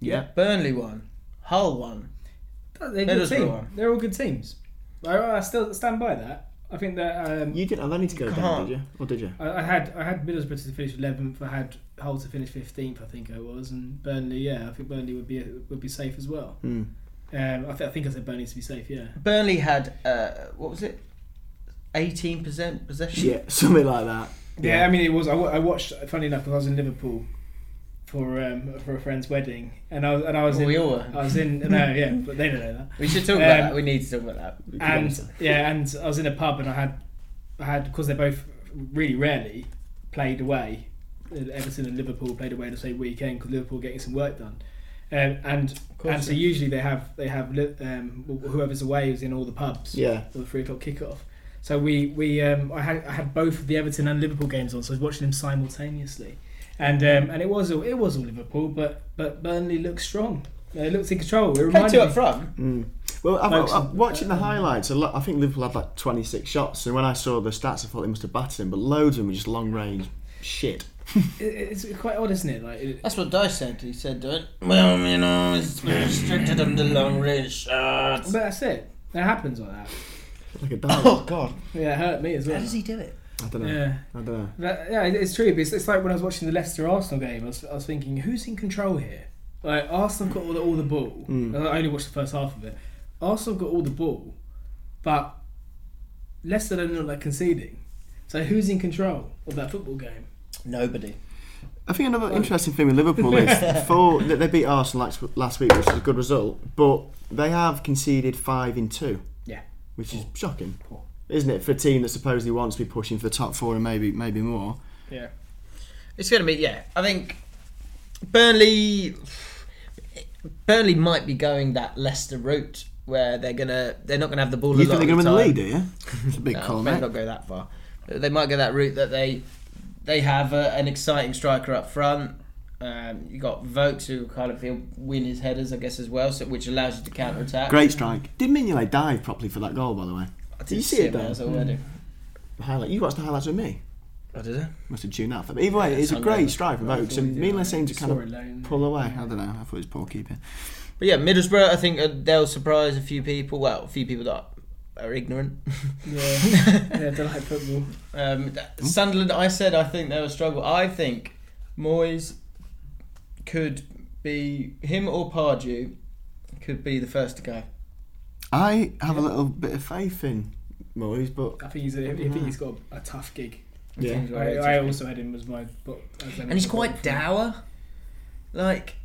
S2: Yeah.
S3: Burnley won. Hull won.
S4: They're, good
S3: Middlesbrough
S4: team.
S3: one.
S4: They're all good teams. I, I still stand by that. I think that um,
S2: You didn't have any to go down,
S3: Can't.
S2: did you? Or did you?
S4: I, I had I had Middlesbrough to finish eleventh. I had Hull to finish fifteenth. I think I was, and Burnley. Yeah, I think Burnley would be would be safe as well.
S3: Hmm.
S4: Um, I, th- I think I said Burnley to be safe. Yeah.
S3: Burnley had uh, what was it? Eighteen percent possession.
S2: Yeah, something like that.
S4: Yeah, I mean, it was. I, wa- I watched, funny enough, because I was in Liverpool for um, for a friend's wedding, and I was and I was
S3: Well,
S4: in.
S3: we all were.
S4: I was in. No, yeah, but they don't know that.
S3: We should talk about
S4: Um,
S3: that. We need to talk about that.
S4: and yeah, and I was in a pub and I had, I had because they both really rarely played away. Everton and Liverpool played away the same weekend because Liverpool were getting some work done, um, and
S3: course,
S4: and so
S3: yeah.
S4: usually they have they have li- um, wh- whoever's away is in all the pubs.
S2: Yeah.
S4: for the three o'clock kickoff. So we we um, I had I had both the Everton and Liverpool games on, so I was watching them simultaneously, and um, and it was all it was all Liverpool, but but Burnley looked strong. They looked in control. It
S3: Played
S4: reminded
S3: two
S4: me-
S3: up front.
S2: Well, I've,
S4: Folks-
S2: I've- watching the highlights, a lot, I think Liverpool had like 26 shots, and when I saw the stats, I thought they must have battered him, but loads of them were just long range shit.
S4: It- It's quite odd, isn't it? Like it,
S3: That's what Dice said. He said, "Do it." Well, you know, it's restricted under long range shots.
S4: But that's it. That happens like that.
S2: Like a dog.
S3: Oh, God,
S4: Yeah, it hurt me as well.
S3: do it?
S2: I don't know.
S4: Yeah,
S2: I don't know.
S4: That- yeah, it- it's true. It's, it's like when I was watching the Leicester Arsenal game. I was, I was thinking, who's in control here? Like Arsenal got all the, all the ball.
S3: Mm.
S4: And I only watched the first half of it. Arsenal got all the ball, but Leicester don't look like conceding. So who's in control of that football game?
S3: Nobody.
S2: I think another interesting thing with Liverpool is for that they beat Arsenal last, last week, which is a good result, but they have conceded five in two,
S4: Yeah.
S2: which is shocking, isn't it, for a team that supposedly wants to be pushing for the top four and maybe maybe more.
S4: Yeah.
S3: It's going to be yeah. I think Burnley Burnley might be going that Leicester route where they're gonna they're not gonna have the ball.
S2: You
S3: a lot
S2: think they're
S3: going to
S2: win the lead, do you? It's a big
S3: No,
S2: call,
S3: maybe
S2: mate.
S3: not go that far. They might go that route that they they have a, an exciting striker up front. Um, you got Vokes who kind of he'll win his headers, I guess, as well, so, which allows you to counter attack.
S2: Great strike. Did Mignolet dive properly for that goal, by the way? Did you see, it, Dan?
S3: As already.
S2: The highlight. You watched the highlights with me.
S3: I Oh, did it.
S2: Must have tuned out. But either way, it's a
S3: Sunday
S2: great
S3: was-
S2: strike from
S4: Well, I
S2: Oaks,
S4: thought we
S2: and
S4: did
S2: Mignolet
S4: that.
S2: seemed to kind
S4: Saw it alone.
S2: of pull away. I don't know. I thought it was poor keeping.
S3: But yeah, Middlesbrough. I think uh, they'll surprise a few people. Well, a few people that are ignorant.
S4: Yeah. yeah, they like football.
S3: Um, th- Sunderland, I said I think they will struggle. I think Moyes could be him or Pardew could be the first to go.
S2: I have a little bit of faith in Moyes, but
S4: I think he's a, I think he's got a, a tough gig.
S2: yeah,
S4: I, I also had him as my. bo- As
S3: and he's quite dour. Like,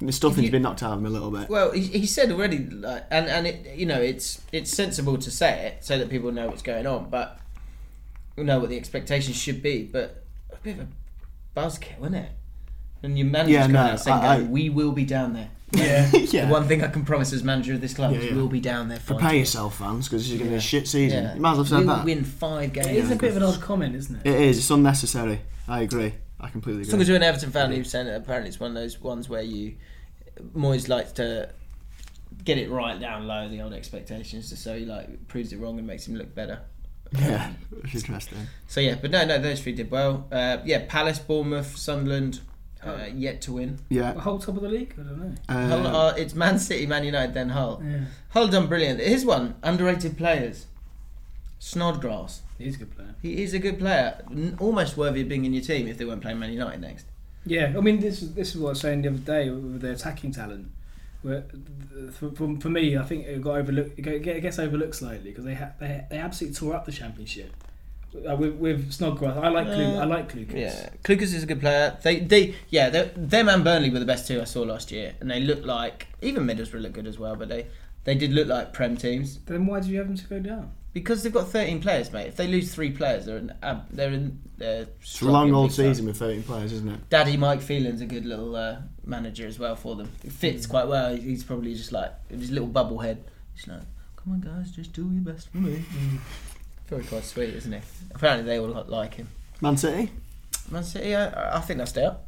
S2: the stuffing's
S3: you-
S2: been knocked out of him a little bit.
S3: well, he, he said already, like, and and it, you know, it's it's sensible to say it so that people know what's going on, but we know what the expectations should be. But a bit of a buzzkill, isn't it? And your manager's
S2: Yeah,
S3: coming
S2: no,
S3: out saying,
S2: I- I-
S3: "We will be down there."
S4: Yeah.
S2: yeah.
S3: The one thing I can promise as manager of this club is
S2: yeah.
S3: we'll be down there. fighting.
S2: Prepare yourself, fans, because this is going to be a shit season.
S3: Yeah.
S2: You might as well have said
S3: we'll
S2: that.
S3: win five games.
S4: It is a bit of an odd comment, isn't it?
S2: It is. It's unnecessary. I agree. I completely agree.
S3: Talking to an Everton fan who was saying that apparently it's one of those ones where you Moyes likes to get it right down low, the old expectations, just so he like proves it wrong and makes him look better.
S2: yeah, it's interesting.
S3: So yeah, but no, no, those three did well. Uh, yeah, Palace, Bournemouth, Sunderland, uh, yet to win.
S4: The
S2: Yeah.
S4: whole top of the league. I don't know.
S3: Hull
S2: Uh,
S3: are, it's Man City, Man United, then Hull. Hull done brilliant. Here's one underrated players. Snodgrass.
S4: He's a good player.
S3: He is a good player, N- almost worthy of being in your team if they weren't playing Man United next.
S4: Yeah, I mean, this is this is what I was saying the other day with the attacking talent. Where, th- for, for, for me, I think it got overlooked. It go- it gets overlooked slightly because they, ha- they they absolutely tore up the championship uh, with, with Snodgrass. I like Clu- I like Lucas.
S3: Yeah, Klukas is a good player. They, they, yeah, they- them and Burnley were the best two I saw last year, and they look like even Middlesbrough look good as well. But they, they did look like prem teams
S4: Then why did you have him to go down?
S3: because they've got 13 players, mate. If they lose three players, they're in, ab- they're in, they're
S2: it's a long old season with 13 players, isn't it?
S3: Daddy Mike Phelan's a good little uh, manager as well for them. It fits quite well. He's probably just like with his little bubble head. He's like, come on guys, just do your best for me. Mm. Very quite sweet, isn't he? Apparently they all li- like him.
S2: Man City?
S3: Man City, I, I think they'll stay up.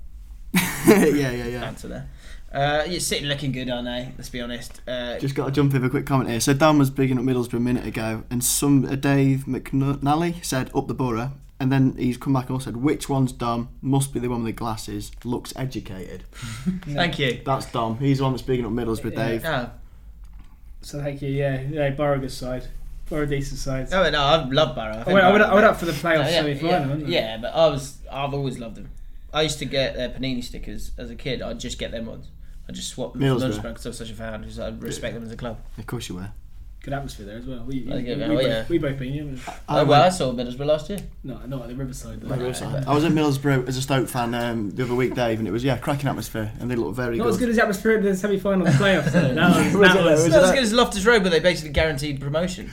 S2: yeah, yeah, yeah.
S3: answer there. Uh, you're sitting looking good, aren't they? Let's be honest. Uh,
S2: Just got to jump in with a quick comment here. So Dan was bigging up Middlesbrough a minute ago, and some uh, Dave McNally said up the borough, and then he's come back and said, "Which one's Dom? Must be the one with the glasses. Looks educated."
S3: thank you.
S2: That's Dom. He's the one that's bigging up Middlesbrough, Dave.
S3: No,
S4: So thank you. Yeah, yeah. Borrow good side. Borrow decent side.
S3: no, no, I love Barrow.
S4: Oh, I, went, I, went,
S3: Barrow-
S4: I went up for the playoff
S3: Oh, yeah,
S4: semi
S3: yeah,
S4: final. didn't I?
S3: yeah, but I was I've always loved them. I used to get their panini stickers as a kid. I'd just get them ones. I just swap them for
S2: Middlesbrough.
S3: Middlesbrough because I was such a fan. Because I respect them as a club.
S2: Of course you were.
S4: Good atmosphere there as well. We,
S6: Like,
S4: we,
S6: yeah,
S4: we,
S6: oh,
S4: both,
S6: yeah.
S4: we both been here. haven't we?
S6: Oh, well, I saw Middlesbrough last year.
S4: No, not at the Riverside. Though.
S2: I was at Middlesbrough as a Stoke fan um, the other week, Dave, and it was yeah, cracking atmosphere, and they looked very
S4: Not as
S2: good.
S4: good as the atmosphere of the semi-final playoffs. Though. That
S2: Was
S4: was,
S2: it
S4: that
S2: though?
S4: was,
S2: Was it
S3: Not as
S2: that-
S3: good as Loftus Road, but they basically guaranteed promotion.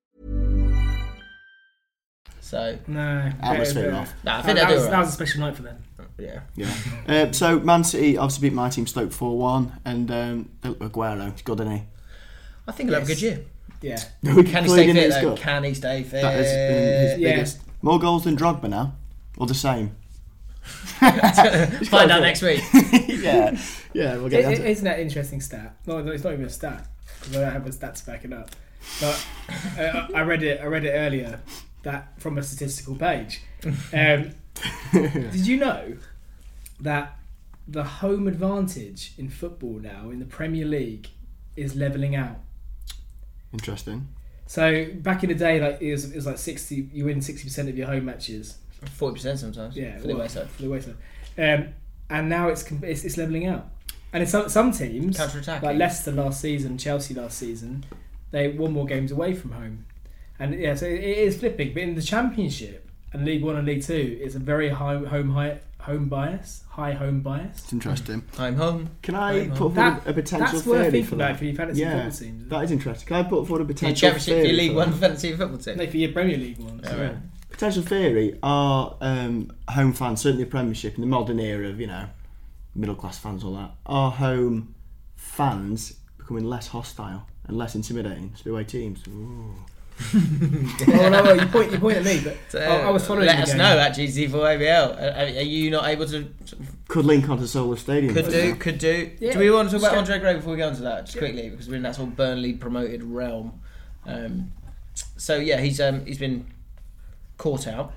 S3: So
S4: no,
S2: Atmosphere
S4: better-
S2: off.
S3: Nah, I
S4: That,
S3: think
S4: that
S3: they'll do
S4: was,
S3: all
S4: that was a special night for them.
S3: yeah,
S2: Yeah. Uh, so Man City obviously beat my team Stoke four one, and um, Aguero, he's good, isn't he?
S3: I think he'll have a good year.
S4: Yeah,
S3: Can he
S2: Including
S3: stay fit
S2: his
S3: though?
S2: goal.
S3: Can he stay fit?
S2: That has been his
S4: Uh, Yeah.
S2: biggest. More goals than Drogba now, or the same.
S3: Find out next week.
S2: yeah, yeah, we'll
S4: is
S2: get
S4: is
S2: it.
S4: isn't that an interesting stat? No, no, it's not even a stat because I don't have the stats to back it up. But uh, I read it. I read it earlier that from a statistical page. Um, did you know that the home advantage in football now in the Premier League is leveling out?
S2: Interesting.
S4: So back in the day, like it was, it was like sixty. You win sixty percent of your home matches.
S3: Forty percent sometimes.
S4: Yeah,
S3: for the
S4: well,
S3: wayside.
S4: For the wayside. Um, and now it's, com- it's it's leveling out. And it's some some teams
S3: Counter-attacking.
S4: like Leicester last season, Chelsea last season, they won more games away from home. And yeah, so it, it is flipping. But in the Championship and League One and League Two, it's a very high home high, home bias, high home bias.
S2: It's interesting.
S3: I'm home.
S2: Can I put forward
S4: That-
S2: a potential
S4: that's worth
S2: theory
S4: thinking
S2: for
S4: about
S2: that?
S4: for your fantasy
S2: yeah,
S4: football teams.
S2: that is interesting. Can I put forward a
S3: For your
S2: potential
S3: championship, for
S2: theory
S3: your League
S2: for
S3: One
S2: that?
S3: fantasy football team.
S4: No, for your Premier League ones.
S3: right.
S2: Potential theory are um, home fans, certainly the Premiership in the modern era of you know middle class fans, all that. Are home fans becoming less hostile and less intimidating to the away teams? Ooh.
S4: oh no, well, you point you point at me, but Oh, I, I was following.
S3: Let
S4: the
S3: us
S4: game.
S3: know at GZ4ABL. Uh, Are, are you not able to?
S2: Could link onto Solar Stadium.
S3: Could do, could do. Do we want to talk about Andre Gray before we go into that? Just quickly, because we're in that sort of Burnley promoted realm. Um, so yeah, he's um, he's been caught out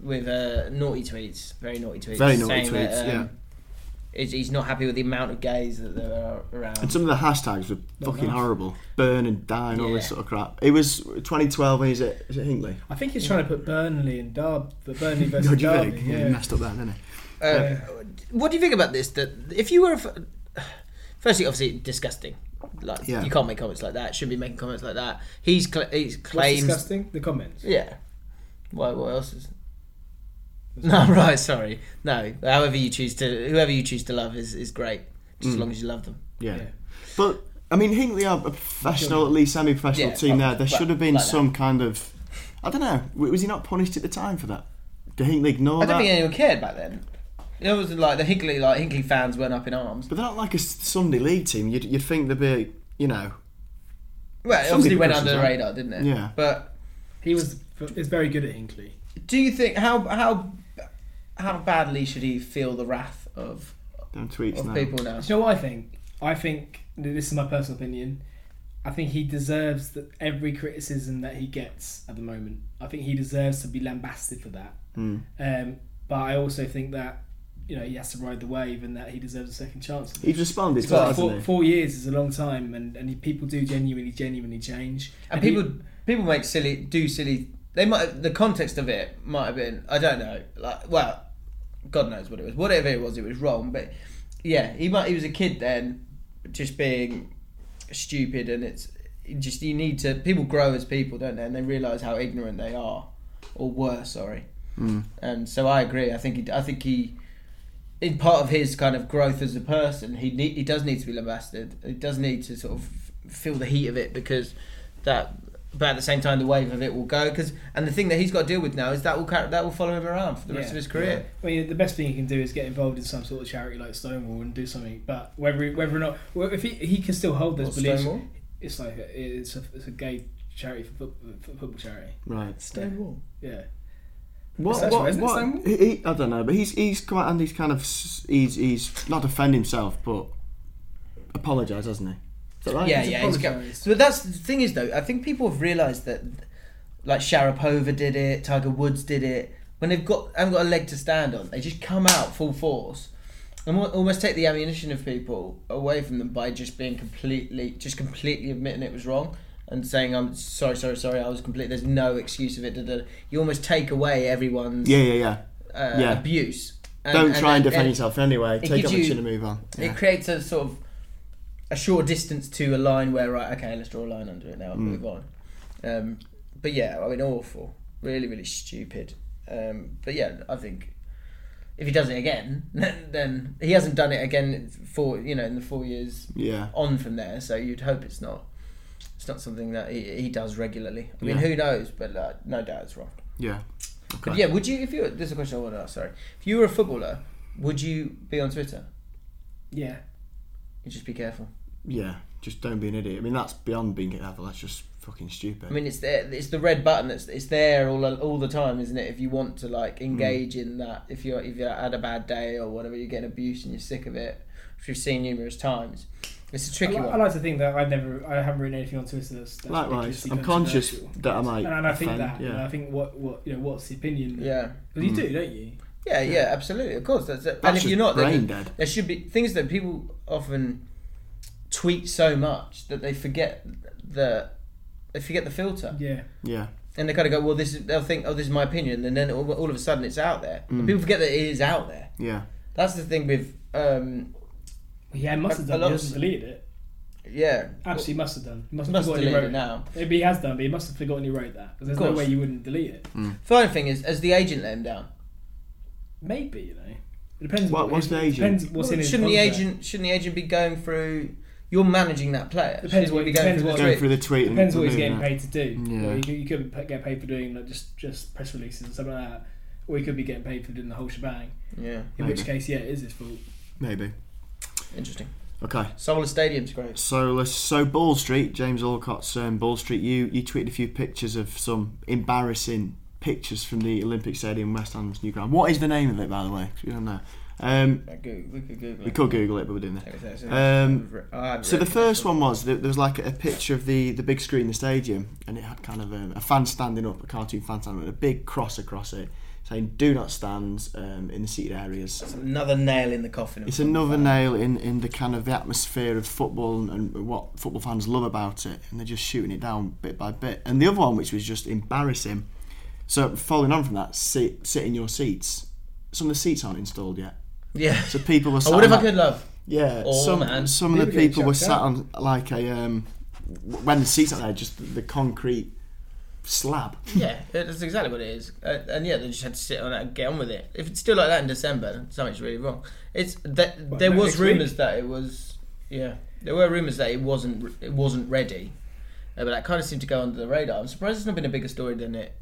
S3: with uh, naughty tweets, very naughty tweets,
S2: Very naughty
S3: saying that, um,
S2: tweets, yeah.
S3: He's, he's not happy with the amount of gays that there are around.
S2: And some of the hashtags were fucking horrible. Burn and die and all
S3: Yeah.
S2: this sort of crap. It was 2012 when he's at, is it Hinkley?
S4: I think he's trying to put Burnley and Derby, but Burnley versus
S2: God, you
S4: Derby.
S2: think? Yeah, he
S4: Yeah.
S2: messed up that, didn't he?
S3: Uh, what do you think about this? That if you were, a f- firstly, obviously disgusting. Like
S2: Yeah.
S3: you can't make comments like that. Shouldn't be making comments like that. He's cl- he's claims.
S4: disgusting. The comments.
S3: Yeah. Why? What else is? No, right. Sorry. No. However you choose to, whoever you choose to love is is great, just
S2: Mm.
S3: as long as you love them.
S2: Yeah. But, I mean, Hinkley are a professional, at least semi professional
S3: Yeah,
S2: team there.
S3: like-
S2: There should have been
S3: like that.
S2: some kind of. I don't know. w- Was he not punished at the time for that? Did Hinkley ignore
S3: I don't
S2: that?
S3: think anyone cared back then. It was like the Hinkley, like Hinkley fans weren't up in arms.
S2: but they're not like a S- Sunday league team. You'd, you'd think they'd be, you know.
S3: Well, it obviously
S2: people
S3: went
S2: pushed
S3: under the
S2: us out.
S3: radar, didn't it?
S2: Yeah.
S3: But
S4: He was is very good at Hinkley.
S3: do you think how how how badly should he feel the wrath of
S2: Them tweets
S3: of
S2: now.
S3: people now?
S4: Do you know what I think? I think this is my personal opinion. I think he deserves the, every criticism that he gets at the moment. I think he deserves to be lambasted for that. Um, but I also think that you know he has to ride the wave and that he deserves a second chance.
S2: He's responded
S4: It's
S2: to
S4: like
S2: that,
S4: four,
S2: hasn't he?
S4: four years is a long time, and and people do genuinely genuinely change.
S3: and people people make silly do silly they might the context of it might have been i don't know like well god knows what it was whatever it was it was wrong but yeah he might he was a kid then just being stupid and it's you just you need to people grow as people don't they and they realize how ignorant they are or were sorry
S2: Mm.
S3: and so i agree i think he i think he in part of his kind of growth as a person, he need, he does need to be lambasted. He does need to sort of feel the heat of it because that. But at the same time, the wave of it will go because and the thing that he's got to deal with now is that will car- that will follow him around for the rest of his career.
S4: I mean, the best thing he can do is get involved in some sort of charity like Stonewall and do something. But whether he- whether or not, well, if he he can still hold those
S3: What's
S4: beliefs,
S3: Stonewall?
S4: it's like a, it's a it's a gay charity for, foot- for football charity.
S2: Right.
S3: Stonewall.
S4: Yeah. It's
S2: What?
S4: actually-
S2: What?
S4: isn't it
S2: what
S4: Stonewall?
S2: he, he- I don't know, but he's he's quite and he's kind of s- he's he's not defend himself, but apologise, hasn't he? Is that right?
S3: Yeah, yeah. He's got, but that's the thing is though, I think people have realised that like Sharapova did it, Tiger Woods did it. When they've got haven't got a leg to stand on, they just come out full force and al- almost take the ammunition of people away from them by just being completely, just completely admitting it was wrong and saying I'm sorry, sorry, sorry. I was complete. There's no excuse of it. da, da, da." You almost take away everyone's
S2: Yeah, yeah, yeah.
S3: uh,
S2: Yeah.
S3: abuse.
S2: Don't try and defend
S3: and
S2: yourself anyway.
S3: it
S2: Take
S3: gives
S2: up the
S3: you-
S2: chin and move on. Yeah.
S3: It creates a sort of a short distance to a line where right, okay, let's draw a line under it now and
S2: Mm.
S3: move on. Um, but yeah, I mean, awful, really, really stupid. Um, but yeah, I think if he does it again, then he hasn't done it again for you know in the four years
S2: Yeah.
S3: on from there. So you'd hope it's not it's not something that he, he does regularly. I mean,
S2: Yeah.
S3: who knows? But uh, no doubt it's wrong.
S2: Yeah.
S3: But yeah, would you? If you, were- this is a question I want to ask. Sorry, if you were a footballer, would you be on Twitter?
S4: Yeah.
S3: You just be careful.
S2: Yeah. Just don't be an idiot. I mean, that's beyond being careful. That's just fucking stupid.
S3: I mean, it's there. It's the red button. That's it's there all all the time, isn't it? If you want to
S4: Hmm.
S3: like engage in that, if you're if you had a bad day or whatever, you're getting abused and you're sick of it, which we've seen numerous times. It's a tricky
S4: I, li-
S3: one.
S4: I like to think that I've never, I haven't written anything on Twitter that's, that's
S2: Likewise,
S4: ridiculously
S2: I'm conscious
S4: controversial.
S2: that I might
S4: and, and I think
S2: offend,
S4: that,
S2: yeah. Hmm.
S4: and I think what, what, you know, what's the opinion?
S3: Yeah.
S4: because you
S3: Mm.
S4: do, don't you?
S3: Yeah, yeah, absolutely, of course. That's it.
S4: That's
S3: and if
S4: just
S3: you're not, then
S4: brain
S3: there,
S4: dead.
S3: there should be things that people often tweet so much that they forget the they forget the filter.
S4: Yeah.
S2: Yeah.
S3: And they kind of go, well, this is, they'll think, oh, this is my opinion, and then all, all of a sudden it's out there.
S2: Mm.
S4: Hmm.
S3: And people forget that it is out there.
S2: Yeah.
S3: That's the thing with. Um,
S4: yeah, must have done. He hasn't deleted it.
S3: Yeah,
S4: Absolutely must have done. He must have
S3: Must
S4: forgotten he
S3: delete
S4: wrote
S3: it now.
S4: Maybe he has done, but he must have forgotten he wrote that. 'cause there's
S3: Of
S4: no
S3: course.
S4: way you wouldn't delete it.
S3: Funny thing is, as the agent let him down.
S4: Maybe you know. It depends.
S2: What- what's
S4: it
S2: the agent?
S4: Depends what's in his
S3: shouldn't the
S4: contract.
S3: agent? Shouldn't the agent be going through? You're managing that player.
S4: Depends
S3: Shouldn't
S4: what
S3: he
S4: he
S3: be going
S4: depends
S3: through
S4: what
S3: the tweet?
S2: through the tweet and
S4: Depends what he's
S2: removing
S4: getting paid to
S2: that. Yeah.
S4: do. You, know, you could, you could be p- get paid for doing like just just press releases or something like that, or you could be getting paid for doing the whole shebang.
S3: Yeah.
S4: In
S2: Maybe.
S4: which case, yeah, it is his fault.
S2: Maybe.
S3: Interesting.
S2: Okay.
S3: Solar Stadium's great.
S2: So let's so Ball Street, James Alcott's um, Ball Street. You you tweeted a few pictures of some embarrassing pictures from the Olympic Stadium, West Ham's new ground. What is the name of it, by the way? 'Cause we don't know. Um,
S3: I go- we could Google
S2: we
S3: it.
S2: could Google it, but we're doing
S3: There we go.
S2: that.
S3: So- I've re-
S2: Um,
S3: I've
S2: so the
S3: read it.
S2: first one was there there was like a picture of the the big screen in the stadium, and it had kind of um, a fan standing up, a cartoon fan standing up, with a big cross across it saying "Do not stand um, in the seated areas."
S3: another nail in the coffin. of
S2: It's
S3: football.
S2: another nail in, in the kind of the atmosphere of football and, and what football fans love about it, and they're just shooting it down bit by bit. And the other one, which was just embarrassing, so following on from that, sit, sit in your seats. Some of the seats aren't installed yet.
S3: Yeah.
S2: So people were. Sat
S3: Oh, what if
S2: on
S3: I
S2: that-
S3: could love?
S2: Yeah.
S3: Oh,
S2: some
S3: man.
S2: some of the
S3: People get
S2: people were
S3: chucked
S2: sat
S3: out.
S2: on like a um, w- when the seats are there, just the, the concrete slab.
S3: yeah, that's exactly what it is. Uh, and yeah, they just had to sit on that and get on with it. If it's still like that in December, then something's really wrong. It's that
S4: Well,
S3: there
S4: no,
S3: was
S4: next week.
S3: rumours that it was. Yeah, there were rumours that it wasn't. It wasn't ready, uh, but that kind of seemed to go under the radar. I'm surprised it's not been a bigger story than it.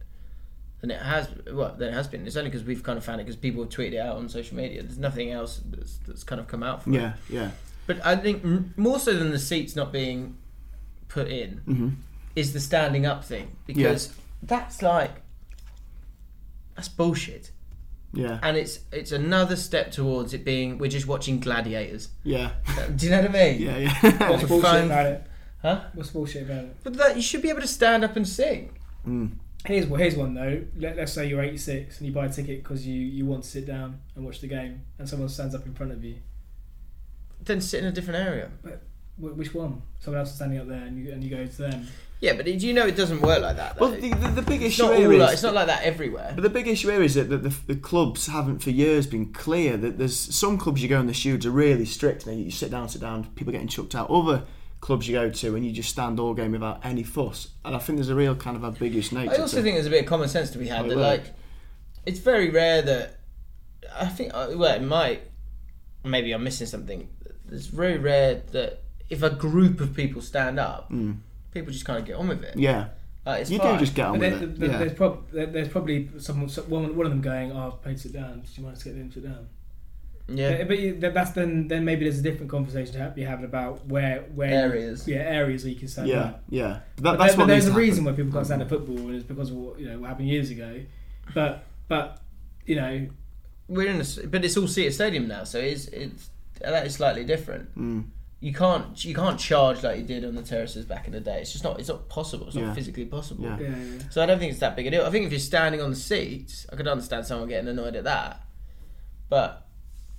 S3: Than it has, well, than it has been. It's only because we've kind of found it because people have tweeted it out on social media. There's nothing else that's, that's kind of come out from it.
S2: Yeah. Yeah.
S3: But I think m- more so than the seats not being put in
S2: Mhm.
S3: is the standing up thing because that's like that's bullshit.
S2: Yeah.
S3: And it's it's another step towards it being we're just watching gladiators.
S2: Yeah.
S3: Do you know what I mean?
S2: Yeah, yeah.
S3: Watch
S4: What's bullshit
S3: phone-
S4: about it?
S3: Huh?
S4: What's bullshit about it?
S3: But that you should be able to stand up and sing.
S2: Mm.
S4: Here's well, here's one though. Let, let's say you're 86 and you buy a ticket because you, you want to sit down and watch the game, and someone stands up in front of you.
S3: Then sit in a different area.
S4: But wh- which one? Someone else is standing up there, and you and you go to them.
S3: Yeah, but you know it doesn't work like that.
S2: Well,
S3: though.
S2: the, the, the big
S3: it's
S2: issue
S3: not all
S2: here is
S3: like, it's not like that everywhere.
S2: But the big issue here is that the, the, the clubs haven't for years been clear that there's some clubs you go and the shields are really strict and you sit down, sit down, people getting chucked out. Other clubs you go to and you just stand all game without any fuss. And I think there's a real kind of ambiguous nature.
S3: I also
S2: to-
S3: think there's a bit of common sense to be
S2: How
S3: had
S2: it
S3: that
S2: works.
S3: like it's very rare that I think uh, well it might maybe I'm missing something. It's very rare that if a group of people stand up,
S2: Mm.
S3: people just kind of get on with it.
S2: Yeah.
S3: Like, it's
S2: you
S3: fine.
S2: do just get on
S4: But
S2: with
S4: there,
S2: it.
S4: there-
S2: yeah.
S4: there's, prob- there- there's probably someone, so- one, one of them going, "Oh, I've paid sit down. Do you mind just getting them to sit down?"
S3: Yeah.
S4: But, but you- that- that's then then maybe there's a different conversation to have, be having about where where
S3: Areas.
S4: yeah, areas where you can stand
S2: yeah,
S4: up.
S2: yeah. But That,
S4: But
S2: that's
S4: there-
S2: what needs
S4: but there's a
S2: to happen. Mm.
S4: reason why people can't stand at football, and it's because of what you know what happened years ago. But but you know,
S3: We're in a s but it's all seated stadium now, so it's it's that is slightly different.
S2: Hmm.
S3: You can't you can't charge like you did on the terraces back in the day. It's just not it's not possible. It's
S2: Yeah.
S3: not physically possible.
S2: Yeah.
S4: yeah, yeah.
S3: So I don't think it's that big a deal. I think if you're standing on the seats, I could understand someone getting annoyed at that. But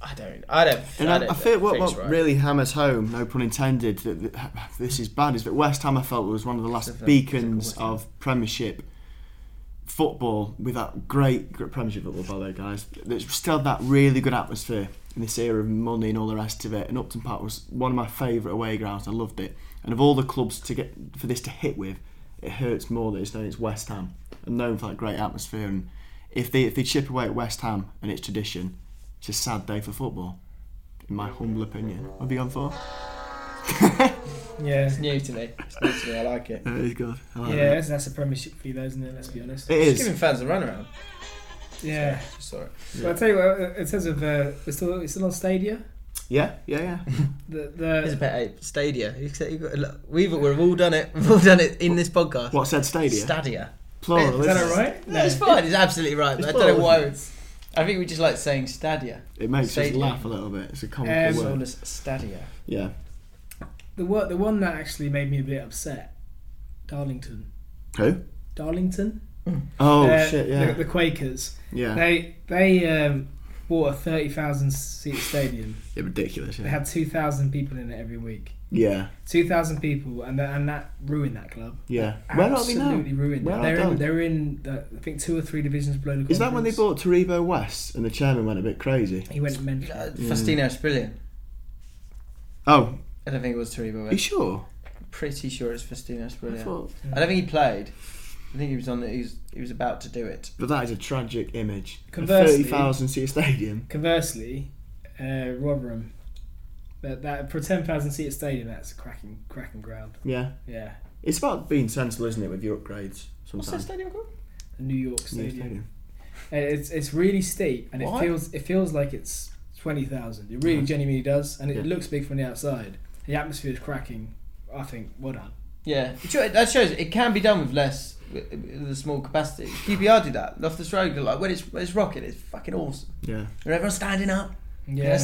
S3: I don't. I don't.
S2: And
S3: I,
S2: I,
S3: don't
S2: I feel what,
S3: think
S2: what
S3: it's right.
S2: really hammers home, no pun intended, that, that this is bad, is that West Ham I felt was one of the last beacons of Premiership football with that great, great Premiership football, by the way, guys. That's still that really good atmosphere in this era of money and all the rest of it. And Upton Park was one of my favourite away grounds. I loved it. And of all the clubs to get for this to hit with, it hurts more that it's known it's West Ham and known for that great atmosphere. And if they if they chip away at West Ham and its tradition, it's a sad day for football in my humble opinion. What have you gone for?
S4: yeah.
S3: It's new to me. It's new to me. I like it.
S2: That is good. I like
S4: Yeah,
S2: that.
S4: that's, that's a premiership for you, though, isn't it? Let's be honest.
S2: It
S3: It's
S2: is.
S3: giving fans a runaround.
S4: Yeah.
S3: Just saw it.
S4: But I tell you what, uh, in terms of uh, we're still it's still on Stadia.
S2: Yeah, yeah, yeah.
S4: The
S3: It's a
S4: the
S3: pet ape. Stadia. You said you've got- look, We've we've all done it. We've all done it in this podcast.
S2: What said stadia?
S3: Stadia.
S2: Plural. isn't
S4: is that
S2: it?
S4: all right?
S3: No, it's fine. It's absolutely right. But I
S2: It's
S3: don't know
S2: bold,
S3: why.
S2: isn't it?
S3: It's, I think we just like saying Stadia.
S2: It makes
S3: Stadia.
S2: us laugh a little bit. It's a
S4: Um,
S2: comical
S3: It's all
S2: word.
S3: this Stadia.
S2: Yeah.
S4: The one the one that actually made me a bit upset. Darlington.
S2: Who?
S4: Darlington.
S2: Oh
S4: Uh,
S2: shit! Yeah.
S4: The, the Quakers.
S2: yeah.
S4: They they um, bought a thirty thousand seat stadium.
S2: Yeah, ridiculous.
S4: They
S2: Yeah.
S4: had two thousand people in it every week.
S2: Yeah.
S4: Two thousand people, and that, and that ruined that club.
S2: Yeah. Where are they
S4: Absolutely
S2: now?
S4: ruined.
S2: Where
S4: it.
S2: are
S4: They're
S2: they?
S4: in, they're in uh, I think two or three divisions below the.
S2: Is that when they
S4: conference.
S2: bought Taribo West and the chairman went a bit crazy?
S4: He went mental.
S3: Uh, Faustino Sprillian.
S2: Oh,
S3: I don't think it was Taribo.
S2: are you sure?
S3: pretty sure it's Faustino Sprillian. I,
S2: I thought-
S3: don't think he played. I think he was on. The, he was he was about to do it.
S2: But that is a tragic image. A
S4: Conversely-
S2: 30,000 seat stadium.
S4: Conversely, uh, Rotherham. That, that for ten thousand seat stadium, that's a cracking cracking ground.
S2: Yeah.
S4: Yeah,
S2: It's about being sensible, isn't it, with your upgrades sometimes?
S3: stadium called?
S4: the New York
S2: New
S4: Stadium. And It's it's really steep, and
S3: Why?
S4: it feels it feels like it's twenty thousand. It really genuinely does, and it
S2: Yeah.
S4: looks big from the outside. The atmosphere is cracking. I think well done.
S3: Yeah, It show- that shows it can be done with less with, with a small capacity. QPR do that. Loftus Road, like when it's when it's rocking, it's fucking awesome.
S2: Yeah.
S3: And everyone's standing up.
S4: Yeah,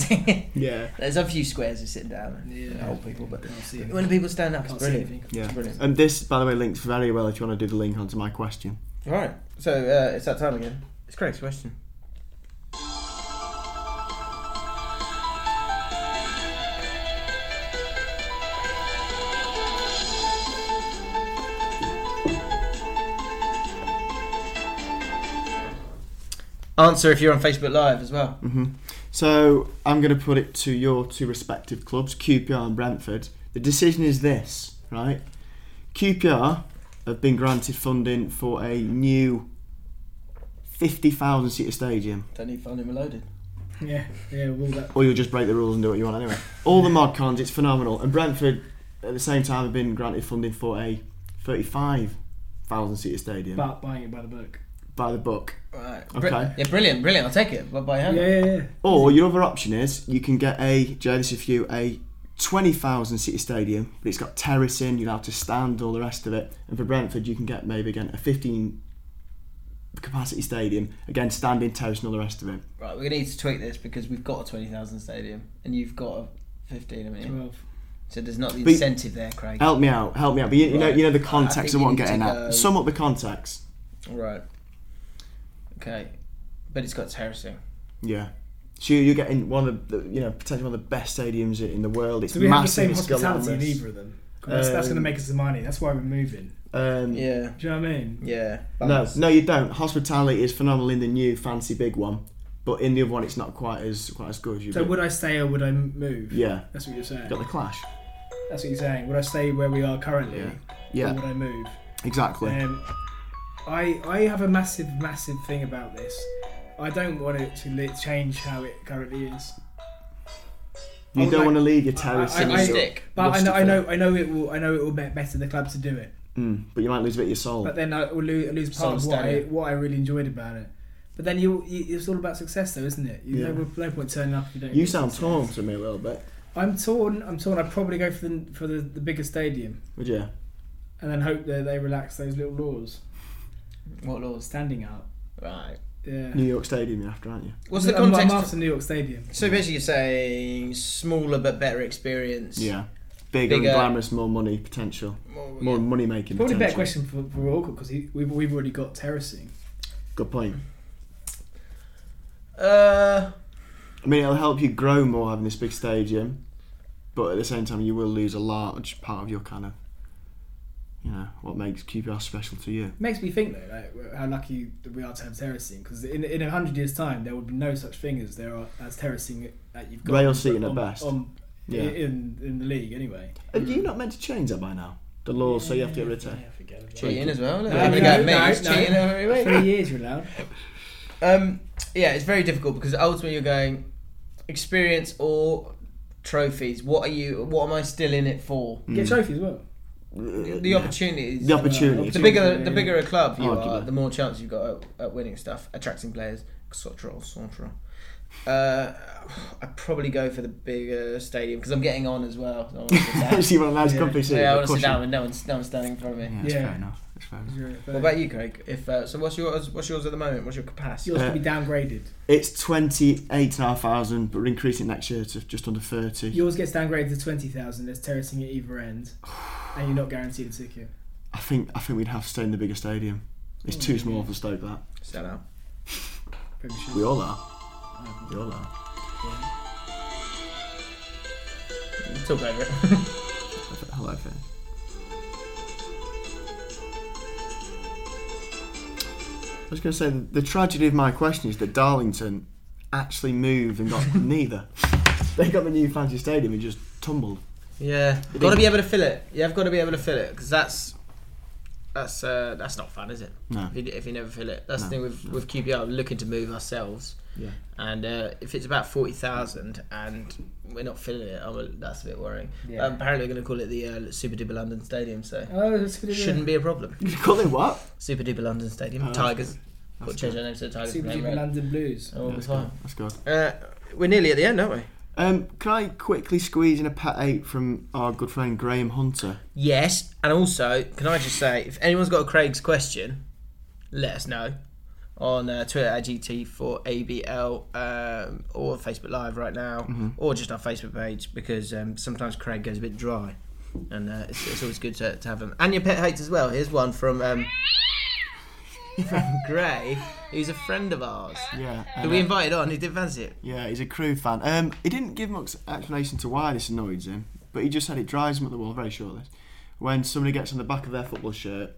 S2: Yeah.
S3: There's a few squares who sit down. Yeah. Old people, but
S4: see anything.
S3: when the people stand up, it's
S4: Can't see
S3: brilliant.
S4: anything.
S2: Yeah.
S3: It's brilliant.
S2: And this, by the way, links very well if you want to do the link onto my question.
S3: Right. So uh, it's that time again. It's Craig's question. Answer if you're on Facebook Live as well.
S2: So I'm going to put it to your two respective clubs, QPR and Brentford. The decision is this, right? QPR have been granted funding for a new 50,000 seater stadium.
S3: Don't need funding reloaded.
S4: yeah, yeah. Well, that
S2: Or you'll just break the rules and do what you want anyway. All the mod cons, it's phenomenal. And Brentford, at the same time, have been granted funding for a 35,000 seater stadium
S4: about buying it by the book.
S2: by the book.
S3: Right.
S2: Okay.
S3: yeah, brilliant, brilliant. I'll take it. Bye bye.
S4: Yeah, yeah, yeah.
S2: Or your other option is you can get a Jay, this is for you a twenty thousand seat stadium, but it's got terracing. You're allowed to stand, all the rest of it. And for Brentford, you can get maybe again a fifteen capacity stadium, again standing, terracing, all the rest of it.
S3: Right, we're gonna need to tweak this because we've got a twenty thousand stadium and you've got a fifteen. I mean,
S4: Twelve.
S3: so there's not the
S2: But-
S3: incentive there, Craig.
S2: Help me out, help me out. But you, you know,
S3: Right.
S2: you know the
S3: I
S2: context
S3: think
S2: of what
S3: you
S2: I'm
S3: need to
S2: getting
S3: go-
S2: at. Sum up the context.
S3: Right. Okay. But it's got terracing.
S2: Yeah. So you get in one of the you know potentially one of the best stadiums in the world. It's
S4: Do we have the
S2: massive.
S4: same
S2: it's
S4: hospitality in
S2: glamorous.
S4: either of them? 'Cause That's, that's going to
S2: Um,
S4: make us the money. That's why we're moving.
S2: Um, yeah.
S4: Do you know what I mean?
S3: Yeah.
S2: No, no, you don't. Hospitality is phenomenal in the new fancy big one, but in the other one, it's not quite as quite as good as you.
S4: So would I stay or would I m- move?
S2: Yeah.
S4: That's what you're saying.
S2: Got the clash.
S4: That's what you're saying. Would I stay where we are currently?
S2: Yeah. Yeah.
S4: Or would I move?
S2: Exactly.
S4: Um, I I have a massive massive thing about this. I don't want it to li- change how it currently is.
S2: you
S4: would
S2: don't
S4: like-
S2: want to leave your
S4: I,
S2: terrace
S4: I-
S2: and
S4: I-
S2: your-
S4: but I know, I
S2: rustic-
S4: know I know it will I know it will be better the club to do it.
S2: Mm, but you might lose a bit of your soul.
S4: But then I will lose, I lose part of
S2: Soul
S4: what I,
S2: standing.
S4: what I really enjoyed about it. But then you, you it's all about success though, isn't it? You
S2: Yeah.
S4: no, no point turning up if you don't.
S2: you
S4: get
S2: sound
S4: success.
S2: torn to me a little bit.
S4: I'm torn. I'm torn. I'd probably go for the for the, the bigger stadium.
S2: Would you?
S4: and then hope that they relax those little laws.
S3: What laws?
S4: Standing out.
S3: Right.
S4: Yeah.
S2: New York Stadium, you're after, aren't you?
S3: What's the
S4: I'm- I'm
S3: context?
S4: after New York Stadium.
S3: So basically, you're saying smaller but better experience.
S2: Yeah. Bigger,
S3: Bigger.
S2: and glamorous, more money potential, more, money making.
S4: Probably a better
S2: potential.
S4: question for, for Walcott because we've, we've already got terracing.
S2: Good point.
S3: Uh,
S2: I mean, it'll help you grow more having this big stadium, but at the same time, you will lose a large part of your kind of, you know, what makes QPR special to you.
S4: Makes me think though, like how lucky that we are to have terracing because in in a hundred years' time there would be no such thing as there are as terracing that you've got.
S2: Rail
S4: on-
S2: seating at
S3: Um,
S4: on-
S2: best.
S4: on-
S2: Yeah.
S4: In in the league anyway.
S2: Are you not meant to change that by now? The law, so you have to get rid of it.
S3: Cheating as well, isn't it?
S4: No,
S3: Having a
S4: no,
S3: go at me,
S4: no,
S3: it's
S4: no.
S3: cheating, haven't we, mate?
S4: Three years you're allowed.
S3: Um, yeah, it's very difficult because ultimately you're going experience or trophies. What are you? What am I still in it for?
S4: Get
S2: Hmm.
S4: trophy as well.
S3: The opportunities.
S2: Mm, The opportunities.
S3: The bigger, the bigger a club you are,
S2: Arguably.
S3: the more chance you've got at, at winning stuff, attracting players, etc. etc. Uh, I probably go for the bigger stadium because I'm getting on as well. So I wanna sit down.
S2: So you want a nice comfy seat,
S3: Yeah, I
S2: a
S3: want to sit
S2: cushion.
S3: down with no one's, no one's standing in front of me.
S2: Yeah, that's fair enough. That's fair enough.
S3: What about you, Craig? If uh, so, what's yours? What's yours at the moment? What's your capacity?
S4: Yours
S2: Uh,
S4: could be downgraded.
S2: It's twenty eight and a half thousand, but we're increasing next year to just under thirty.
S4: Yours gets downgraded to twenty thousand. There's terracing at either end, and you're not guaranteed a ticket.
S2: I think I think we'd have to stay in the bigger stadium. It's
S3: Mm.
S2: too small for Stoke. That
S3: Sell out.
S4: Pretty sure.
S2: we all are. We all are.
S3: Talk over it.
S2: Hello, Finn. I was going to say the, the tragedy of my question is that Darlington actually moved and got neither. They got the new fancy stadium and just tumbled.
S3: Yeah,
S2: But
S3: got to
S2: they-
S3: be able to fill it. You have got to be able to fill it because that's that's uh, that's not fun, is it?
S2: No.
S3: If you, if you never fill it, that's
S2: No,
S3: the thing with
S2: no.
S3: with QPR we're looking to move ourselves.
S2: Yeah.
S3: And uh, if it's about forty thousand and we're not filling it, I'm a, that's a bit worrying.
S4: Yeah.
S3: Um, apparently, we're going to call it the uh, Super Duper London Stadium, so
S4: Oh, that's pretty
S3: shouldn't be a problem.
S2: You call it what?
S3: Super Duper London Stadium,
S2: Oh, that's
S3: Tigers.
S2: good.
S3: Put
S2: That's
S3: change
S2: good.
S3: our name to the Tigers.
S4: Super
S3: Main
S4: Duper
S3: Road.
S4: London Blues.
S3: All the
S2: That's
S3: time.
S2: good. That's good.
S3: Uh, we're nearly at the end, aren't we?
S2: Um, can I quickly squeeze in a pet eight from our good friend Graham Hunter?
S3: Yes, and also, can I just say, if anyone's got a Craig's question, let us know on uh, Twitter at GT4ABL um, or Facebook Live right now, or just our Facebook page because um, sometimes Craig goes a bit dry, and uh, it's, it's always good to, to have him. And your pet hates as well. Here's one from um, from Gray, who's a friend of ours.
S2: Yeah.
S3: Who we invited on, who did fancy it.
S2: Yeah, he's a crew fan. Um, he didn't give much explanation to why this annoys him, but he just said it drives him up the wall. Very short this. When somebody gets on the back of their football shirt,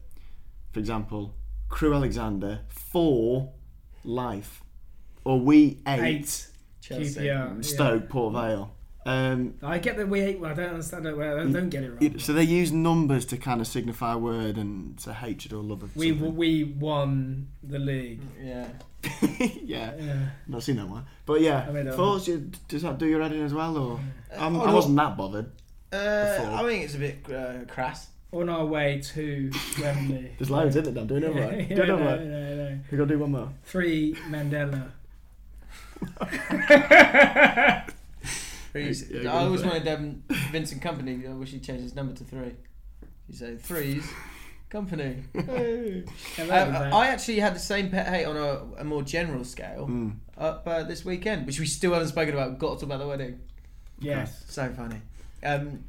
S2: for example, crew Alexander for life, or we eight,
S4: Eight. QPR.
S2: Stoke Port Vale. Um,
S4: I get that we ate one. I don't understand it. Well, I don't get it right.
S2: it- so they use numbers to kind of signify a word and to hatred or love of
S4: we
S2: something.
S4: we won the league.
S3: Yeah.
S2: yeah. not seen that one. But yeah,
S4: I made that
S2: thoughts. you- Does that do your head in as well, or I'm, I wasn't that bothered.
S3: Uh,
S2: Before.
S3: I think it's a bit uh, crass.
S4: On our way to Wembley.
S2: There's loads in it. I'm doing it right.
S4: Yeah,
S2: Doing it
S4: no,
S2: right.
S4: no, no.
S2: We gotta do one more.
S4: Three Mandela.
S3: Threes.
S2: Yeah,
S3: I
S2: go
S3: always
S2: for it.
S3: wanted um, Vincent Company. I wish he changed his number to three. You say threes, Company. Hey.
S4: Hello,
S3: Uh,
S4: mate.
S3: I actually had the same pet hate on a, a more general scale
S2: Hmm.
S3: up uh, this weekend, which we still haven't spoken about. Got to talk about the wedding.
S4: yes.
S3: So funny. Um,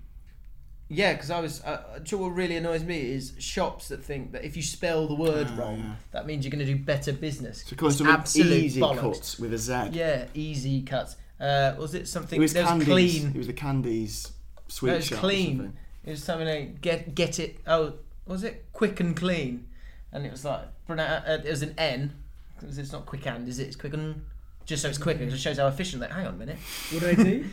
S3: Yeah, because I was. Uh, do you know what really annoys me is shops that think that if you spell the word wrong, that means you're going to do better business.
S2: Ah, So call it
S3: It's
S2: something
S3: absolute
S2: easy
S3: bollocks.
S2: cuts with a Z.
S3: Yeah, easy cuts. Uh, was it something?
S2: it was
S3: there was
S2: candies.
S3: clean.
S2: It was the candies sweet
S3: it was
S2: shop or
S3: clean.
S2: something.
S3: It was something like get get it. Oh, was it quick and clean? And it was like pronoun- uh, it was an N. 'cause It's not quick and, is it? It's quick and just so it's quick. It just shows how efficient. Like, hang on a minute.
S4: What do they do?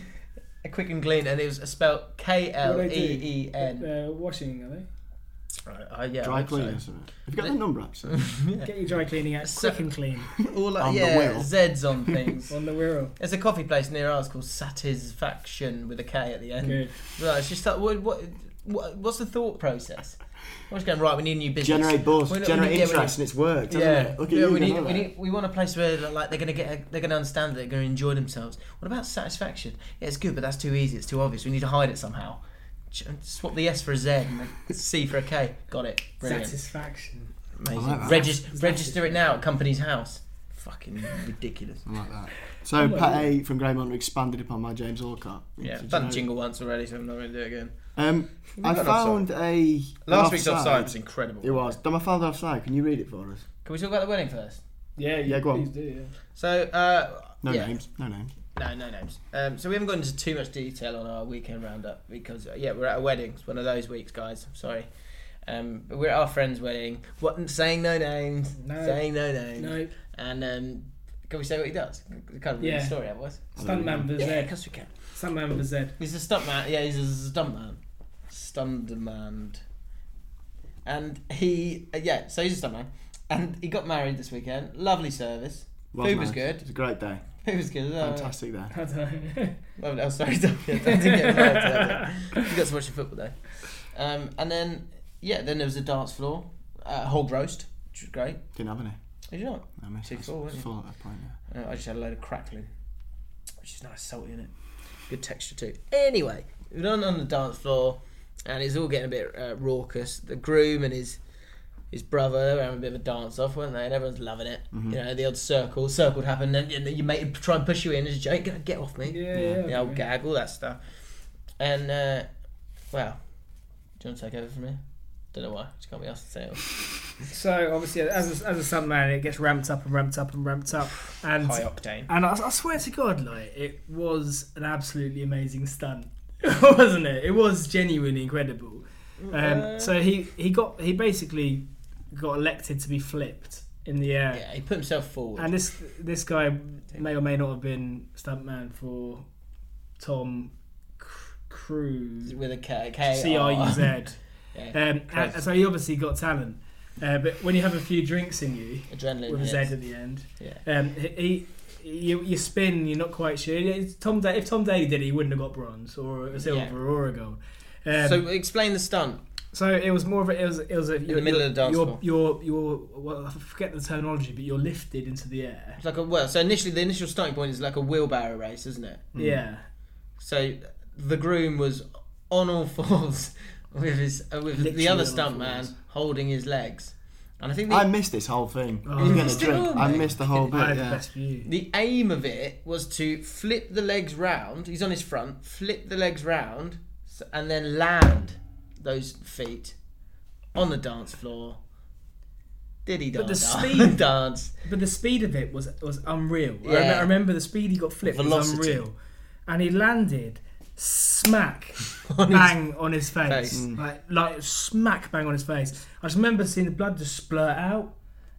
S3: A quick and clean, and it was spelled K
S4: What
S3: L
S4: do
S3: E
S4: they do?
S3: E N.
S4: They're washing, are they?
S3: Uh, yeah, I
S2: Dry
S3: hope so.
S2: cleaning or something. Have you got the number actually?
S4: Get your dry cleaning out
S3: So-
S4: quick and clean.
S3: All like,
S2: On the
S3: yeah,
S2: wheel.
S3: Z's on things.
S4: On the wheel.
S3: There's a coffee place near ours called Satisfaction with a K at the end.
S4: Good.
S3: Right, it's just like what, what, what what's the thought process? I'm just going right. We need a new business.
S2: generate buzz,
S3: We- we
S2: generate
S3: need- yeah, we
S2: interest,
S3: need-
S2: and it's worked. hasn't
S3: Yeah,
S2: it? Look at
S3: yeah
S2: you.
S3: we,
S2: you
S3: need,
S2: know that.
S3: we, need, we want a place where like they're gonna get a, they're gonna understand that they're gonna enjoy themselves. What about satisfaction? Yeah, it's good, but that's too easy. It's too obvious. We need to hide it somehow. Ch- Swap the S for a Z and the C for a K. Got it. Brilliant.
S4: Satisfaction.
S3: Amazing.
S2: I like that.
S3: Regis- register it now at company's house. Fucking ridiculous.
S2: I like that. So Pat A from Greymont expanded upon my James Orcott.
S3: Yeah,
S2: Did
S3: I've
S2: you
S3: done
S2: know?
S3: jingle once already, so I'm not going to do it again.
S2: Um, I
S3: got an
S2: found a
S3: Last
S2: an
S3: week's offside was incredible.
S2: It was. Dom, I found an offside. Can you read it for us?
S3: Can we talk about the wedding first?
S4: Yeah, you
S2: Yeah, go on.
S4: please do, yeah.
S3: So, uh,
S2: No
S3: yeah.
S2: names. No names.
S3: No, no names. Um, so we haven't gone into too much detail on our weekend roundup because uh, yeah, we're at a wedding. It's one of those weeks, guys. I'm sorry, um, but we're at our friend's wedding. What? Saying no names.
S4: No.
S3: Saying no names.
S4: No.
S3: And um, can we say what he does? We can't read the
S4: Yeah.
S3: story otherwise.
S4: Stuntman for
S3: Yeah, of
S4: Z.
S3: course we can.
S4: Stuntman for Z.
S3: He's a stunt man. Yeah, he's a stunt man. Stunt man. And he, uh, yeah, so he's a stunt man. And he got married this weekend. Lovely service. Food
S2: nice.
S3: was
S2: It
S3: good. Uh,
S2: was a great day.
S3: Food was good. as well.
S2: Fantastic day.
S4: I don't know.
S3: Lovely. Oh, sorry, don't yeah, don't get married. You got to watch the football day. Um, and then, yeah, then there was a dance floor, uh, hog roast, which was great.
S2: Didn't have any.
S3: Did you not?
S2: I missed.
S3: Too
S2: I was-
S3: full,
S2: was
S3: weren't you?
S2: full at that point. Yeah.
S3: Uh, I just had a load of crackling, which is nice, salty in it. Good texture too. Anyway, we are on on the dance floor, and it's all getting a bit uh, raucous. The groom and his his brother were having a bit of a dance off, weren't they? And everyone's loving it. You know, the old circle, circled happened, and, and your mate would try and push you in as a joke. Get get off me.
S4: Yeah, yeah,
S3: The old gag, all that stuff. And uh, well, do you want to take over from here? Don't know why. Just can't be asked to say it.
S4: So obviously, as a, as a stunt man, it gets ramped up and ramped up and ramped up, and
S3: High octane.
S4: and I, I swear to God, like it was an absolutely amazing stunt, wasn't it? It was genuinely incredible. Um, so he he got he basically got elected to be flipped in the air,
S3: Yeah, he put himself forward.
S4: and this this guy may or may not have been stuntman for Tom Cr- Cruise.
S3: with a K, K
S4: C I U Z.
S3: Yeah.
S4: Um,
S3: Crazy.
S4: and- so he obviously got talent, uh, but when you have a few drinks in you
S3: Adrenaline.
S4: with a Z
S3: hits.
S4: at the end,
S3: Yeah.
S4: um, he, he you, you spin, you're not quite sure. Yeah, it's Tom, da- if Tom Daly did it, he wouldn't have got bronze or a silver
S3: Yeah.
S4: or a gold. Um,
S3: so
S4: so,
S3: explain the stunt.
S4: it was more of a, it was it was a, in
S3: the middle of the dance floor.
S4: You're, you're, you're well, I forget the terminology, but you're lifted into the air.
S3: It's like a well. So initially, the initial starting point is like a wheelbarrow race, isn't it?
S4: Yeah,
S3: So the groom was on all fours with his uh, with
S4: Literally
S3: the other
S4: on all
S3: stunt man
S4: fours.
S3: holding his legs, and I think the,
S2: I missed this whole thing.
S4: Oh.
S2: I was
S4: You
S2: getting
S3: missed
S2: a
S3: it
S2: drink.
S3: all,
S2: I
S3: mate.
S2: missed the whole bit.
S4: I had the
S2: Yeah.
S4: best view.
S3: the aim of it was to flip the legs round. He's on his front, flip the legs round, s- and then land those feet on the dance floor. Diddy
S4: But
S3: dance,
S4: the speed-
S3: dance.
S4: But the speed of it was was unreal. I, rem-
S3: Yeah.
S4: I remember the speed he got flipped
S3: Velocity.
S4: was unreal, and he landed smack
S3: On his
S4: bang on his face,
S3: face.
S4: Like, like smack bang on his face. I just remember seeing the blood just splurt out,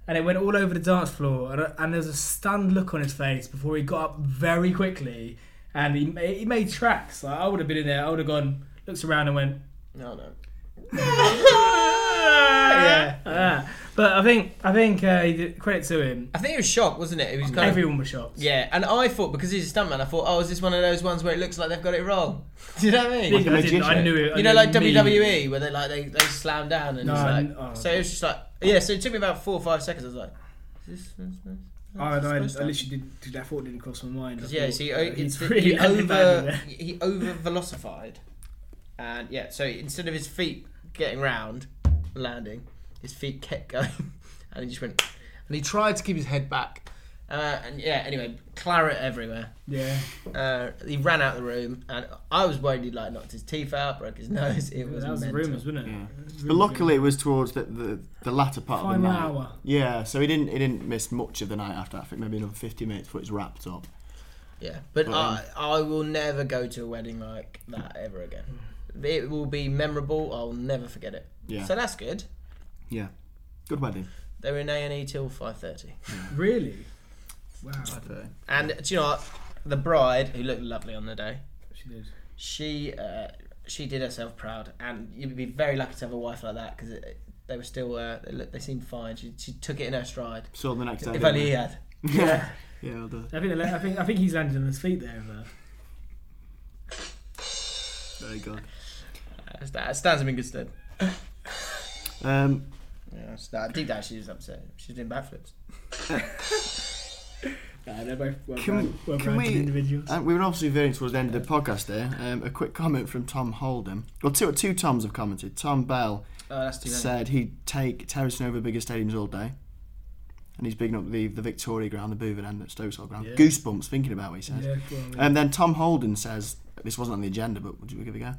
S4: and it went all over the dance floor, and, and there was a stunned look on his face before he got up very quickly, and he ma- he made tracks. Like, I would have been in there. I would have gone, looked around, and went.
S3: No, no.
S4: Yeah, ah. but I think I think uh, he did- credit to him.
S3: I think it was shock, wasn't it? It was kind of
S4: Everyone was shocked.
S3: Yeah, and I thought because he's a stuntman, I thought, oh, is this one of those ones where it looks like they've got it wrong? Do you know what I mean?
S4: Big I, didn't, I knew it. I
S3: you know,
S4: knew
S3: like E.
S4: immediately.
S3: WWE where they like they, they slam down and
S4: No,
S3: it's like
S4: n- oh,
S3: so it was just like yeah. So it took me about four or five seconds. I was like, is this? Is this
S4: I, I, I
S3: supposed to
S4: literally
S3: happen?
S4: did, did that thought didn't cross my mind. I
S3: yeah,
S4: thought,
S3: so he,
S4: uh,
S3: it's,
S4: he's
S3: he
S4: landed bad in
S3: over
S4: there.
S3: he over velocified, and yeah. So instead of his feet getting round, and landing, his feet kept going, and he just went. And he tried to keep his head back, Uh, and yeah, anyway, claret everywhere.
S4: Yeah.
S3: Uh, he ran out of the room, and I was worried he'd like knocked his teeth out, broke his nose. It was
S4: that was the
S3: mental.
S4: rumours, wasn't it?
S2: But luckily, it was towards the, the, the latter part of the
S4: Final
S2: night.
S4: hour.
S2: Yeah, so he didn't he didn't miss much of the night after. that. I think maybe another fifty minutes before it's wrapped up.
S3: Yeah, but
S2: But, um,
S3: I I will never go to a wedding like that ever again.
S4: Mm.
S3: It will be memorable. I'll never forget it.
S2: Yeah.
S3: So that's good.
S2: Yeah, good wedding.
S3: They were in A and E till five thirty.
S4: Really? Wow.
S3: And do you know what? the bride who looked lovely on the day?
S4: She did.
S3: She uh, she did herself proud, and you'd be very lucky to have a wife like that because they were still uh, they, looked, they seemed fine. She she took it in her stride.
S2: Saw the next day.
S3: If
S2: didn't
S3: only
S2: we?
S3: he had.
S2: Yeah. yeah, well done.
S4: I think, I think I think he's landed on his feet there. But
S2: Very good.
S3: That sta- stands him in good stead.
S2: Um,
S3: Yeah, so that- deep down she was upset. She's doing backflips.
S4: nah, they're both well
S2: can,
S4: well
S2: can
S4: rounded
S2: we?
S4: individuals.
S2: Uh, we were obviously veering towards the end of the podcast there. Um, a quick comment from Tom Holden. Well, two two Toms have commented. Tom Bell
S3: Oh, that's too late.
S2: said he'd take terracing over bigger stadiums all day. And he's bigging up the, the Victoria ground, the Booven end at Stokes Hall ground. Goosebumps thinking about what he says.
S4: Yeah, go on, yeah.
S2: And then Tom Holden says, this wasn't on the agenda, but would you give it a go?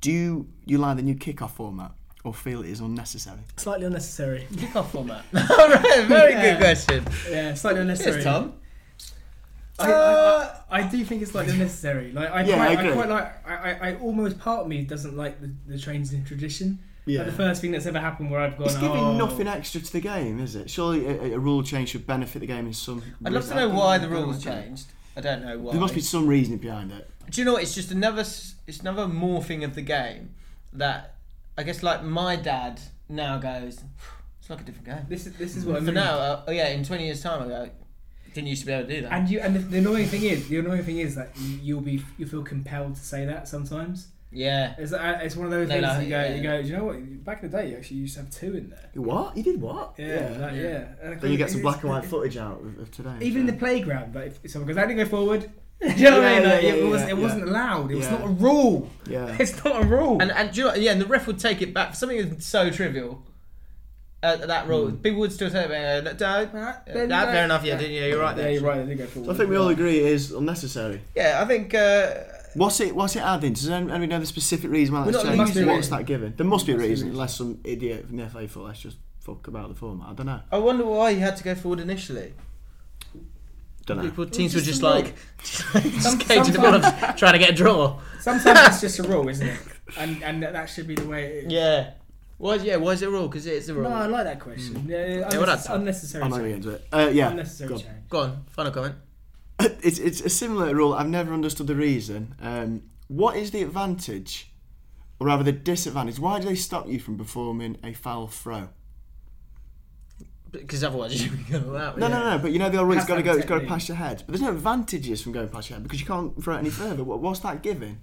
S2: Do you like the new kickoff format or feel it is unnecessary?
S4: Slightly unnecessary.
S3: Kickoff format. All right, very
S4: Yeah.
S3: good question.
S4: Yeah, slightly unnecessary.
S3: Cheers, Tom.
S4: I, I, I, I do think it's slightly unnecessary. Like I,
S2: Yeah,
S4: quite,
S2: I
S4: I,
S2: agree.
S4: quite like. I, I, I almost part of me doesn't like the, the trains in tradition.
S2: Yeah.
S4: Like the first thing that's ever happened where I've gone.
S2: It's giving
S4: oh,
S2: nothing extra to the game, is it? Surely a, a rule change should benefit the game in some.
S3: I'd love to
S2: reason. I
S3: know
S2: don't
S3: why the
S2: I don't
S3: rules
S2: like it.
S3: changed. I don't know why.
S2: There must be some reasoning behind it.
S3: Do you know what? It's just another. s- It's another morphing of the game that I guess like my dad now goes. It's like a different game.
S4: This is this is what I
S3: For
S4: mean.
S3: now, uh, oh yeah, in twenty years' time, I go. Didn't used to be able to do that.
S4: And you and the, the annoying thing is the annoying thing is that you, you'll be you feel compelled to say that sometimes.
S3: yeah.
S4: It's, uh, it's one of those
S3: No,
S4: things
S3: no,
S4: that you go
S3: yeah.
S4: you go. Do you know what? Back in the day, you actually used to have two in there.
S2: What? You did what?
S4: Yeah, that- yeah.
S2: Then
S4: And I
S2: you
S4: think
S2: get some
S4: it's-
S2: black and white footage out of, of today.
S4: Even in
S2: so.
S4: the playground, like if someone goes, "I didn't go forward." Do you know what I mean?
S2: Yeah,
S4: Like,
S2: yeah,
S4: it
S2: yeah,
S4: was. It
S2: yeah.
S4: wasn't allowed. It was
S2: Yeah.
S4: not a rule.
S2: Yeah.
S4: It's not a rule.
S3: And and do you know, yeah, and the ref would take it back. Something is so trivial. Uh, that
S2: Hmm.
S3: rule, people would still say, uh, no, don't- uh,
S4: Then
S3: that-
S4: don't-
S3: fair enough, yeah,
S4: yeah.
S3: didn't you? You're right
S4: yeah,
S3: there.
S4: you're right. They did go forward.
S2: I think we all agree it is unnecessary.
S3: Yeah, I think uh,
S2: What's it? What's it adding? Does any- anybody know the specific reason why that's
S3: not
S2: changed?
S3: losing.
S2: What's that giving? There must be a reason, unless some idiot from the FA thought let's just fuck about the format. I don't know.
S3: I wonder why he had to go forward initially.
S2: Don't know.
S3: People, teams were
S4: just
S3: just
S4: a
S3: like just caging the ball
S4: sometimes-
S3: up, trying to get a draw.
S4: Sometimes it's just a rule, isn't it? And and that, that should be the way. It is.
S3: Yeah. Why? Yeah. Why is it a rule? Because it's a rule.
S4: No, I like that question. Yeah,
S3: Yeah, well done, Tom.
S4: unnecessary.
S2: I'm not going
S4: change.
S2: to get into it. Uh, Mm. yeah.
S4: Unnecessary
S2: go on.
S4: change.
S3: Go on. Final comment.
S2: it's it's a similar rule. I've never understood the reason. Um, what is the advantage, or rather the disadvantage? Why do they stop you from performing a foul throw?
S3: Because otherwise you would go out.
S2: No, no, no. But you know the old rule. It's
S4: Pass
S2: got to
S4: that
S2: go. It's got to
S4: technique.
S2: past your head. But there's no advantages from going past your head because you can't throw it any further. What, what's that giving?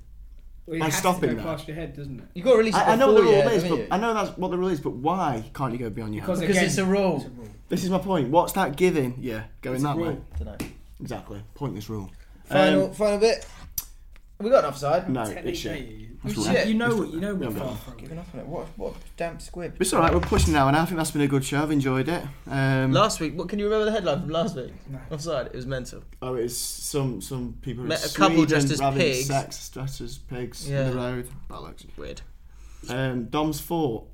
S4: Well, it
S2: I'm
S4: has to
S2: stopping
S4: go
S2: that.
S4: Past your head, doesn't it?
S3: You got to release.
S2: I, I know what the rule is,
S3: do
S2: but I know that's what the rule is. But why can't you go beyond your
S4: Because
S2: head?
S3: Because
S4: Again,
S3: it's a rule.
S4: It's a rule.
S2: This is my point. What's that giving? Yeah, going
S4: It's a
S2: that way.
S4: rule.
S3: Dunno.
S2: Exactly. Pointless rule.
S3: Final,
S2: Um,
S3: final bit. We got an offside.
S2: no,
S4: Technique,
S2: it's
S4: don't
S2: shit.
S4: you?
S2: It's
S4: You
S2: right.
S4: you know what you know
S2: Yeah,
S4: what
S2: but-
S4: far from.
S3: Given up on it. What? What a damp squib.
S2: It's all right. We're pushing now, and I think that's been a good show. I've enjoyed it. Um,
S3: Last week. What can you remember the headline from last week? Offside. It was mental.
S2: Oh, it's some some people in
S3: Met a
S2: Sweden
S3: couple dressed as
S2: having
S3: pigs.
S2: sex dressed as pigs in
S3: Yeah.
S2: the road. Bollocks.
S3: Weird.
S2: Um, Dom's thought.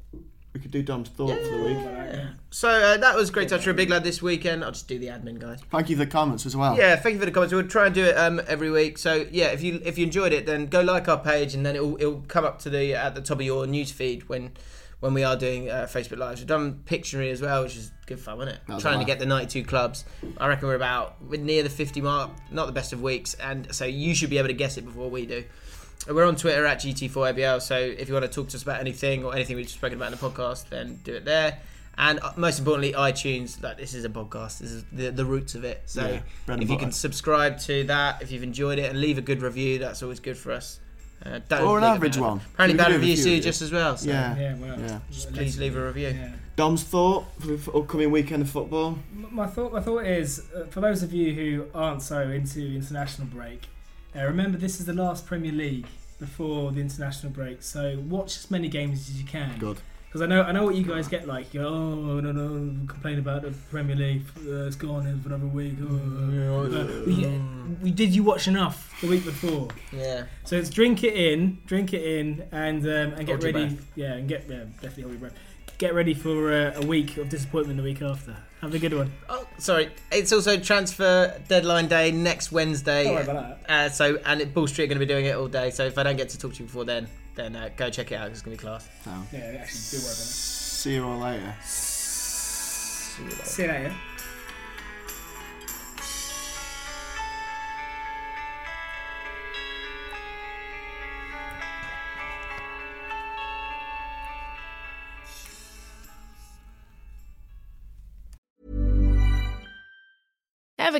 S2: We could do Dom's thought for the week.
S3: So uh, that was great touch for a big lad this weekend. I'll just do the admin, guys.
S2: Thank you for the comments as well.
S3: Yeah, thank you for the comments. We'll try and do it um, every week. So yeah, if you if you enjoyed it, then go like our page, and then it'll it'll come up to the at the top of your news feed when when we are doing uh, Facebook lives. We've done Pictionary as well, which is good fun, isn't it?
S2: was
S3: Trying
S2: a
S3: to
S2: laugh.
S3: get the 92 clubs. I reckon we're about we're near the 50 mark. Not the best of weeks, and so you should be able to guess it before we do. And We're on Twitter at GT4ABL, so if you want to talk to us about anything or anything we've spoken about in the podcast, then do it there. And uh, most importantly, iTunes. Like this is a podcast. This is the, the roots of it. So
S2: Yeah, bread and
S3: if you can
S2: butter.
S3: subscribe to that, if you've enjoyed it, and leave a good review, that's always good for us. Uh, don't
S2: Or an
S3: leave a
S2: average
S3: bad
S2: one.
S3: Apparently,
S2: We could
S3: bad
S2: do a
S3: reviews
S2: few
S3: do
S2: reviews.
S3: just as well. So
S2: Yeah.
S4: Yeah, well,
S2: Yeah.
S3: Just please leave a review.
S4: Yeah.
S2: Dom's thought for the upcoming weekend of football.
S4: M- My thought, my thought is, uh, for those of you who aren't so into international break, uh, remember this is the last Premier League before the international break. So watch as many games as you can.
S2: Good.
S4: Because I know I know what you guys get like. You're, oh no no, complain about the Premier League. Uh, it's gone in for another week. Oh,
S2: Mm.
S4: uh, we, we did you watch enough the week before?
S3: Yeah.
S4: So it's drink it in, drink it in, and um, and get
S3: Hold your
S4: ready.
S3: breath.
S4: Yeah, and get yeah, definitely hold your breath. Get ready for uh, a week of disappointment the week after. Have a good one.
S3: Oh, sorry. It's also transfer deadline day next Wednesday.
S4: Don't worry about
S3: Uh, so, and it, Bull Street are going to be doing it all day. So, if I don't get to talk to you before then, then uh, go check it out. 'cause It's going to be class.
S2: No.
S4: Yeah, actually, do worry about
S2: See you all later.
S4: it. See you later.
S7: Ever